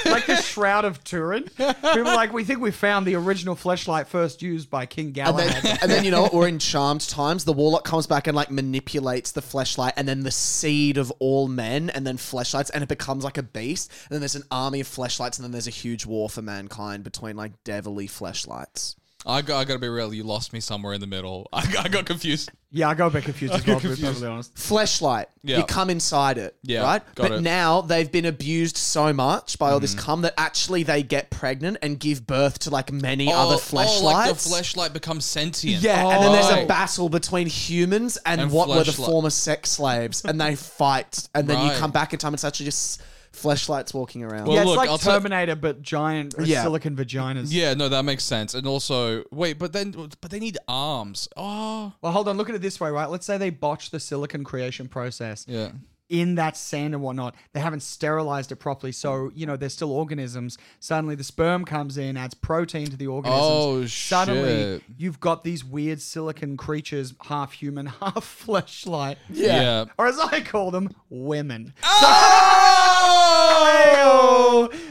Speaker 1: like the shroud of Turin. People are like, we think we found the original flashlight first used by King
Speaker 2: And
Speaker 1: Galahad.
Speaker 2: then, and then you know what? We're in charmed times. The warlock comes back and like manipulates the fleshlight, and then the seed of all men, and then fleshlights, and it becomes like a beast. And then there's an army of fleshlights, and then there's a huge war for mankind between like devilly fleshlights.
Speaker 3: I got, I gotta be real. You lost me somewhere in the middle. I got, I got confused.
Speaker 1: yeah, I got a bit confused as well. To be
Speaker 3: confused.
Speaker 1: perfectly honest.
Speaker 2: Fleshlight.
Speaker 3: Yeah.
Speaker 2: You come inside it.
Speaker 3: Yeah,
Speaker 2: Right?
Speaker 3: got
Speaker 2: but
Speaker 3: it. Mm-hmm.
Speaker 2: now they've been abused so much by all this cum that actually they get pregnant and give birth to like many other fleshlights.
Speaker 3: Oh, like the fleshlight becomes sentient.
Speaker 2: Yeah, and then there's a
Speaker 3: Right.
Speaker 2: battle between humans and,
Speaker 3: And
Speaker 2: what were the
Speaker 3: fleshlight.
Speaker 2: former sex slaves, and they fight, and then
Speaker 3: Right.
Speaker 2: you come back in time. It's actually just fleshlights walking around.
Speaker 3: Well-
Speaker 1: yeah, it's
Speaker 3: look,
Speaker 1: like
Speaker 3: I'll tell-
Speaker 1: Terminator, but giant uh,
Speaker 2: Yeah.
Speaker 1: silicon vaginas.
Speaker 3: Yeah, no, that makes sense. And also, wait, but then, but they need arms. Oh,
Speaker 1: Well, hold on. Look at it this way, right? Let's say they botch the silicon creation process
Speaker 3: yeah.
Speaker 1: in that sand and whatnot. They haven't sterilized it properly, so you know they're still organisms. Suddenly, the sperm comes in, adds protein to the organisms.
Speaker 3: Oh,
Speaker 1: Suddenly,
Speaker 3: shit.
Speaker 1: you've got these weird silicon creatures, half human, half fleshlight,
Speaker 3: Yeah. Ah!
Speaker 1: or as I call them, women.
Speaker 3: Oh!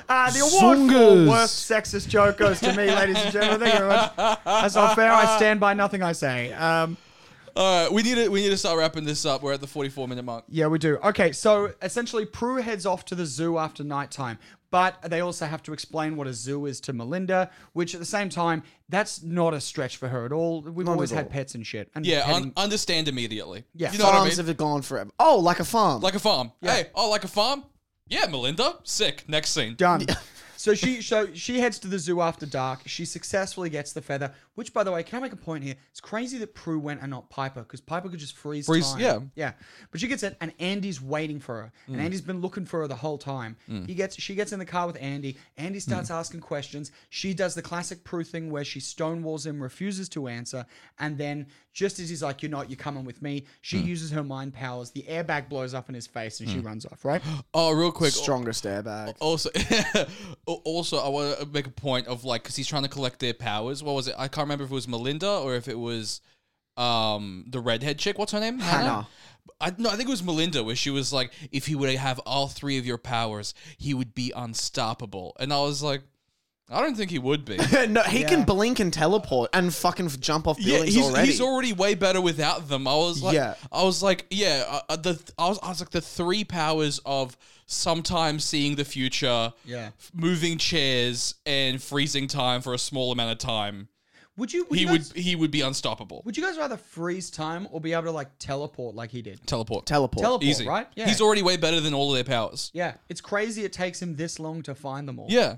Speaker 1: Uh, the award
Speaker 2: Zungas.
Speaker 1: for worst sexist joke goes to me, ladies and gentlemen. Thank you very much. That's not fair. I stand by nothing I say. Um,
Speaker 3: All right, we need to we need to start wrapping this up. We're at the forty-four minute mark.
Speaker 1: yeah, we do. Okay, so essentially, Prue heads off to the zoo after nighttime, but they also have to explain what a zoo is to Melinda, which at the same time, that's not a stretch for her at all. We've always
Speaker 2: at
Speaker 1: had
Speaker 2: all.
Speaker 1: pets and shit. And
Speaker 3: Yeah,
Speaker 1: petting-
Speaker 3: un- understand immediately.
Speaker 1: Yeah.
Speaker 3: you know what I
Speaker 2: farms
Speaker 3: mean.
Speaker 2: have gone forever. Oh, like a farm.
Speaker 3: Like a farm. Hey, oh, like a farm. Yeah, Melinda. Sick. Next scene.
Speaker 1: done. So she so she heads to the zoo after dark. She successfully gets the feather, which by the way, can I make a point here? It's crazy that Prue went and not Piper because Piper could just freeze,
Speaker 3: Freeze,
Speaker 1: time.
Speaker 3: yeah. Mm.
Speaker 1: yeah. But she gets it, and Andy's waiting for her, and Andy's been looking for her the whole time. He gets she gets in the car with Andy. Andy starts
Speaker 3: Mm.
Speaker 1: asking questions. She does the classic Prue thing where she stonewalls him, refuses to answer, and then just as he's like, "You're not, you're coming with me," she
Speaker 3: Mm.
Speaker 1: uses her mind powers. The airbag blows up in his face, and she runs off. Right?
Speaker 3: Oh, real quick.
Speaker 2: Strongest airbag.
Speaker 3: Also, also, I want to make a point of like because he's trying to collect their powers. What was it? I can't remember if it was Melinda or if it was um the redhead chick. What's her name?
Speaker 2: Hannah.
Speaker 3: I no, I think it was Melinda where she was like, if he would have all three of your powers, he would be unstoppable. And I was like, I don't think he would be.
Speaker 2: no, he
Speaker 1: Yeah.
Speaker 2: can blink and teleport and fucking f- jump off
Speaker 3: Yeah,
Speaker 2: buildings
Speaker 3: he's
Speaker 2: already.
Speaker 3: he's already way better without them. I was like,
Speaker 2: Yeah.
Speaker 3: I was like, yeah, uh, the I was, I was like the three powers of sometimes seeing the future,
Speaker 1: Yeah.
Speaker 3: f- moving chairs and freezing time for a small amount of time.
Speaker 1: Would you? Would
Speaker 3: He
Speaker 1: you
Speaker 3: would
Speaker 1: guys-
Speaker 3: he would be unstoppable.
Speaker 1: Would you guys rather freeze time or be able to like teleport like he did?
Speaker 3: Teleport,
Speaker 2: teleport.
Speaker 1: Teleport,
Speaker 3: easy,
Speaker 1: right? Yeah.
Speaker 3: He's already way better than all of their powers.
Speaker 1: yeah. It's crazy it takes him this long to find them all.
Speaker 3: Yeah,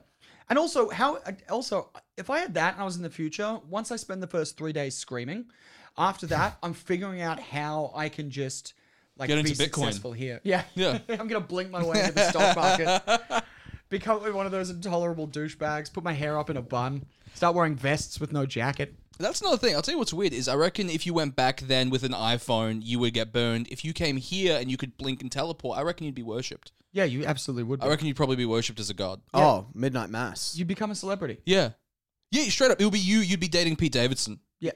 Speaker 1: And also, how also if I had that and I was in the future, once I spend the first 3 days screaming, after that, I'm figuring out how I can just like
Speaker 3: Get
Speaker 1: be
Speaker 3: into Bitcoin.
Speaker 1: successful here. Yeah.
Speaker 3: Yeah.
Speaker 1: I'm going to blink my way into the stock market. Become one of those intolerable douchebags, put my hair up in a bun, start wearing vests with no jacket.
Speaker 3: that's another thing. I'll tell you what's weird is I reckon if you went back then with an iPhone, you would get burned. If you came here and you could blink and teleport, I reckon you'd be worshipped.
Speaker 1: Yeah, you absolutely would.
Speaker 3: I
Speaker 1: be.
Speaker 3: reckon you'd probably be worshipped as a god.
Speaker 2: Oh, midnight mass.
Speaker 1: You become a celebrity.
Speaker 3: Yeah. Yeah, straight up. It would be you. You'd be dating Pete Davidson.
Speaker 1: Yeah.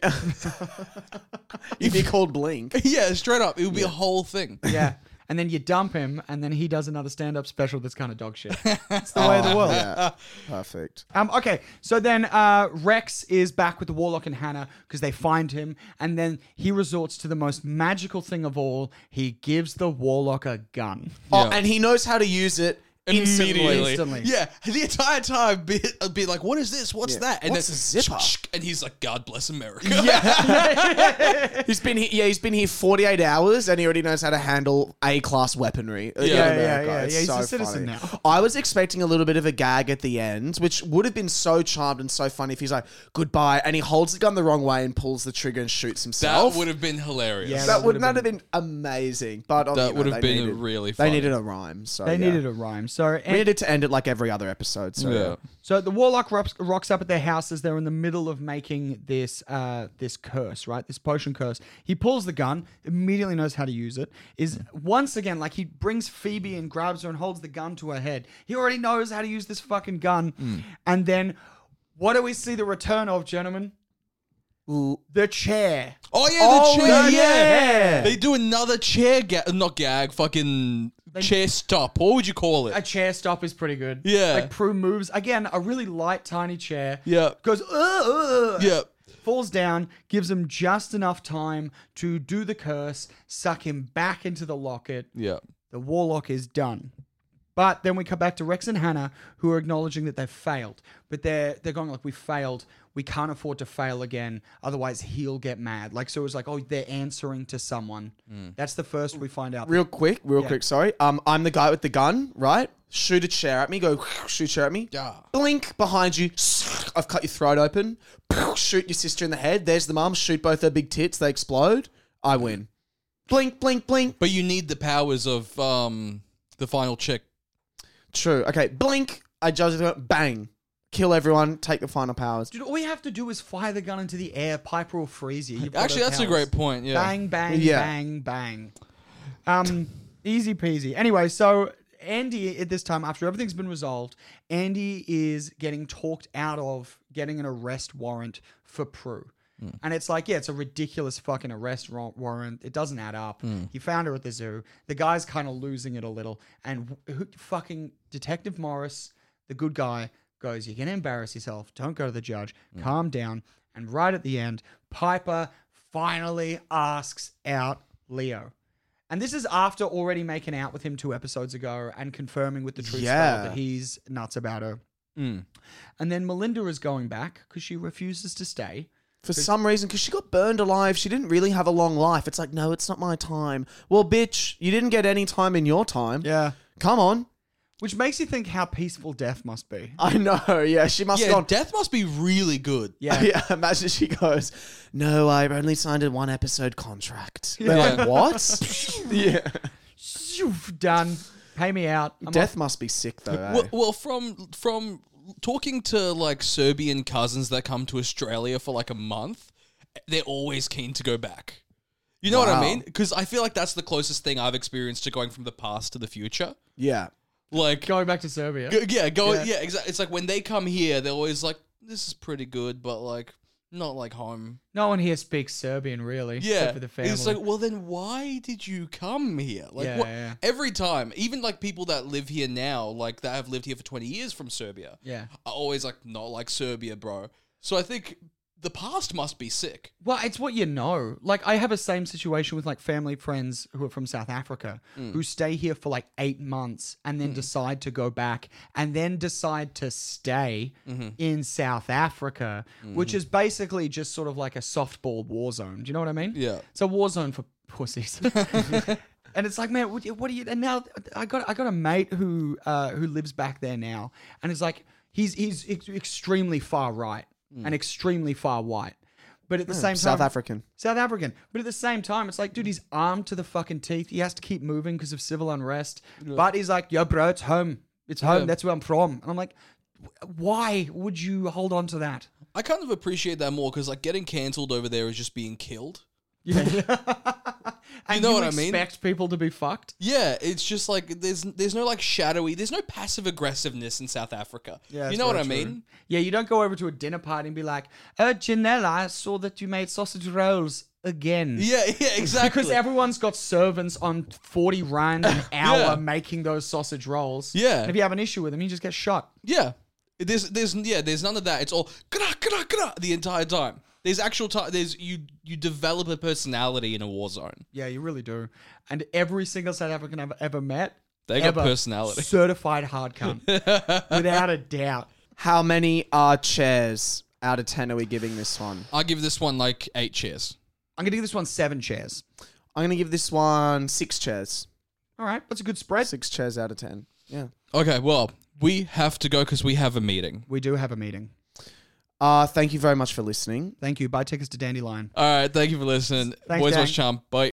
Speaker 2: You'd be called Blink.
Speaker 3: yeah, straight up. It would be a whole thing.
Speaker 1: Yeah. And then you dump him, and then he does another stand up special that's kind of dog shit. It's the way of the world.
Speaker 2: Yeah, perfect.
Speaker 1: Um, okay, so then uh, Rex is back with the Warlock and Hannah because they find him, and then he resorts to the most magical thing of all. He gives the Warlock a gun.
Speaker 2: Oh,
Speaker 3: Yeah.
Speaker 2: and he knows how to use it
Speaker 3: immediately.
Speaker 1: Instantly.
Speaker 3: Yeah, the entire time be, be like, "What is this? What's that?" And
Speaker 2: What's
Speaker 3: then
Speaker 2: a zipper?
Speaker 3: and he's like, "God bless America."
Speaker 2: He's been here, yeah, he's been here 48 hours and he already knows how to handle A class weaponry. in
Speaker 3: Yeah, yeah,
Speaker 2: America.
Speaker 1: yeah, yeah.
Speaker 2: It's
Speaker 1: He's
Speaker 2: so
Speaker 1: a citizen
Speaker 2: funny.
Speaker 1: now.
Speaker 2: I was expecting a little bit of a gag at the end, which would have been so charmed and so funny if he's like, goodbye, and he holds the gun the wrong way and pulls the trigger and shoots himself.
Speaker 3: That would have been hilarious.
Speaker 1: Yeah,
Speaker 2: that would not have been amazing, but um,
Speaker 3: That
Speaker 2: you know,
Speaker 3: would have
Speaker 2: they
Speaker 3: been
Speaker 2: needed-
Speaker 3: really
Speaker 2: They
Speaker 3: funny.
Speaker 2: needed a rhyme, so
Speaker 1: They
Speaker 2: Oh, yeah.
Speaker 1: needed a rhyme. So,
Speaker 2: We
Speaker 1: and,
Speaker 2: needed to end it like every other episode. So yeah.
Speaker 3: yeah.
Speaker 1: so the warlock rocks, rocks up at their house as they're in the middle of making this uh, this curse, right? This potion curse. He pulls the gun, immediately knows how to use it. Is once again like he brings Phoebe and grabs her and holds the gun to her head. He already knows how to use this fucking gun.
Speaker 3: Hmm.
Speaker 1: And then, what do we see the return of, gentlemen? The chair.
Speaker 3: Oh yeah, the
Speaker 2: Oh,
Speaker 3: chair.
Speaker 2: yeah.
Speaker 3: They do another chair gag, not gag, fucking chair stop. What would you call it?
Speaker 1: a chair stop is pretty good.
Speaker 3: Yeah.
Speaker 1: Like Prue moves again, a really light, tiny chair.
Speaker 3: Yeah.
Speaker 1: Goes, "Ugh, ugh,"
Speaker 3: yeah.
Speaker 1: Falls down, gives him just enough time to do the curse, suck him back into the locket.
Speaker 3: Yeah.
Speaker 1: The warlock is done. But then we come back to Rex and Hannah, who are acknowledging that they've failed. But they're they're going like, "We failed. We can't afford to fail again. Otherwise, he'll get mad." Like so, it was like, "Oh, they're answering to someone."
Speaker 3: Mm.
Speaker 1: That's the first we find out.
Speaker 2: Real quick, real quick. Sorry, um, I'm the guy with the gun, right? Shoot a chair at me. Go shoot a chair at me.
Speaker 3: Yeah.
Speaker 2: Blink behind you. I've cut your throat open. Shoot your sister in the head. There's the mum. Shoot both her big tits. They explode. I win. Blink, blink, blink.
Speaker 3: But you need the powers of um the final chick.
Speaker 2: True. Okay. Blink. I judge it. Bang. Kill everyone. Take the final powers.
Speaker 1: Dude, all you have to do is fire the gun into the air. Piper will freeze you. You've got
Speaker 3: Actually,
Speaker 1: her
Speaker 3: that's a
Speaker 1: powers.
Speaker 3: great point. Yeah.
Speaker 1: Bang, bang,
Speaker 2: Yeah.
Speaker 1: bang, bang. Um, easy peasy. Anyway, so Andy at this time, after everything's been resolved, Andy is getting talked out of getting an arrest warrant for Prue. And it's like, yeah, it's a ridiculous fucking arrest wa- warrant. It doesn't add up. He found her at the zoo. The guy's kind of losing it a little. And wh- who, fucking Detective Morris, the good guy, goes, You're going to embarrass yourself. Don't go to the judge. Calm down. And right at the end, Piper finally asks out Leo. And this is after already making out with him two episodes ago and confirming with the truth
Speaker 2: Yeah.
Speaker 1: that he's nuts about her.
Speaker 3: Mm.
Speaker 1: And then Melinda is going back because she refuses to stay.
Speaker 2: For some reason, because she got burned alive, she didn't really have a long life. It's like, no, it's not my time. Well, bitch, you didn't get any time in your time.
Speaker 1: Yeah.
Speaker 2: Come on.
Speaker 1: Which makes you think how peaceful death must be.
Speaker 2: I know. Yeah, she must
Speaker 3: Yeah.
Speaker 2: have gone.
Speaker 3: Death must be really good.
Speaker 1: Yeah.
Speaker 2: yeah, imagine she goes, "No, I only signed a one episode contract." They're
Speaker 3: Yeah.
Speaker 2: like, "What?" yeah,
Speaker 1: Zoof, Done. Pay me out. I'm
Speaker 2: death must be sick though. eh?
Speaker 3: Well, well, from from talking to like Serbian cousins that come to Australia for like a month, they're always keen to go back. You know what I
Speaker 2: Wow.
Speaker 3: mean? Because I feel like that's the closest thing I've experienced to going from the past to the future.
Speaker 2: yeah,
Speaker 3: Like,
Speaker 1: going back to Serbia.
Speaker 3: Go- yeah, go. Yeah, exactly. It's like when they come here, they're always like, "This is pretty good," but like, not like home.
Speaker 1: No one here speaks Serbian, really.
Speaker 3: Yeah,
Speaker 1: Except for the family.
Speaker 3: it's like, well, then why did you come here? Like,
Speaker 1: Yeah,
Speaker 3: what?
Speaker 1: yeah.
Speaker 3: Every time, even like people that live here now, like that have lived here for twenty years from Serbia,
Speaker 1: yeah.
Speaker 3: are always like, "Not like Serbia, bro." So I think the past must be sick.
Speaker 1: Well, it's what you know. Like I have a same situation with like family friends who are from South Africa who stay here for like 8 months and then decide to go back and then decide to stay in South Africa, which is basically just sort of like a softball war zone. Do you know what I mean?
Speaker 3: Yeah.
Speaker 1: It's a war zone for pussies. and it's like, man, what, do you- what do you? And now I got I got a mate who uh, who lives back there now, and it's like he's he's ex- extremely far right and extremely far white, but at the same time,
Speaker 2: South African.
Speaker 1: South African. But at the same time, it's like, dude, he's armed to the fucking teeth. He has to keep moving because of civil unrest. But he's like, yo, bro, it's home. It's home. That's where I'm from. And I'm like, "W- why would you hold on to that?
Speaker 3: I kind of appreciate that more because like getting cancelled over there is just being killed.
Speaker 1: Yeah. and you
Speaker 3: know what I mean?
Speaker 1: Expect people to be fucked.
Speaker 3: Yeah, it's just like there's there's no like shadowy, there's no passive aggressiveness in South Africa.
Speaker 1: Yeah,
Speaker 3: you
Speaker 1: it's
Speaker 3: know what I
Speaker 1: very true.
Speaker 3: mean?
Speaker 1: Yeah, you don't go over to a dinner party and be like, "Uh, Janelle, I saw that you made sausage rolls again."
Speaker 3: Yeah, yeah, exactly.
Speaker 1: Because everyone's got servants on 40 rand an hour
Speaker 3: Yeah.
Speaker 1: making those sausage rolls.
Speaker 3: Yeah.
Speaker 1: And if you have an issue with them, you just get shot.
Speaker 3: yeah, there's there's yeah, there's none of that. It's all gra gra gra the entire time. There's actual time. There's you you develop a personality in a war zone.
Speaker 1: Yeah, you really do. And every single South African I've ever met
Speaker 3: They got
Speaker 1: ever.
Speaker 3: personality.
Speaker 1: Certified hard cunt. Without a doubt.
Speaker 2: How many are chairs out of 10 are we giving this one?
Speaker 3: I give this one like eight cheers.
Speaker 1: I'm going to give this one seven chairs.
Speaker 2: I'm going to give this one six chairs.
Speaker 1: All right. That's a good spread.
Speaker 2: Six chairs out of 10. Yeah.
Speaker 3: Okay, well, we have to go because we have a meeting.
Speaker 1: We do have a meeting.
Speaker 2: Uh, thank you very much for listening.
Speaker 1: Thank you. Buy tickets to Dandelion.
Speaker 3: All right, thank you for listening.
Speaker 1: Thanks,
Speaker 3: Boys
Speaker 1: Dan.
Speaker 3: Watch Champ. Bye.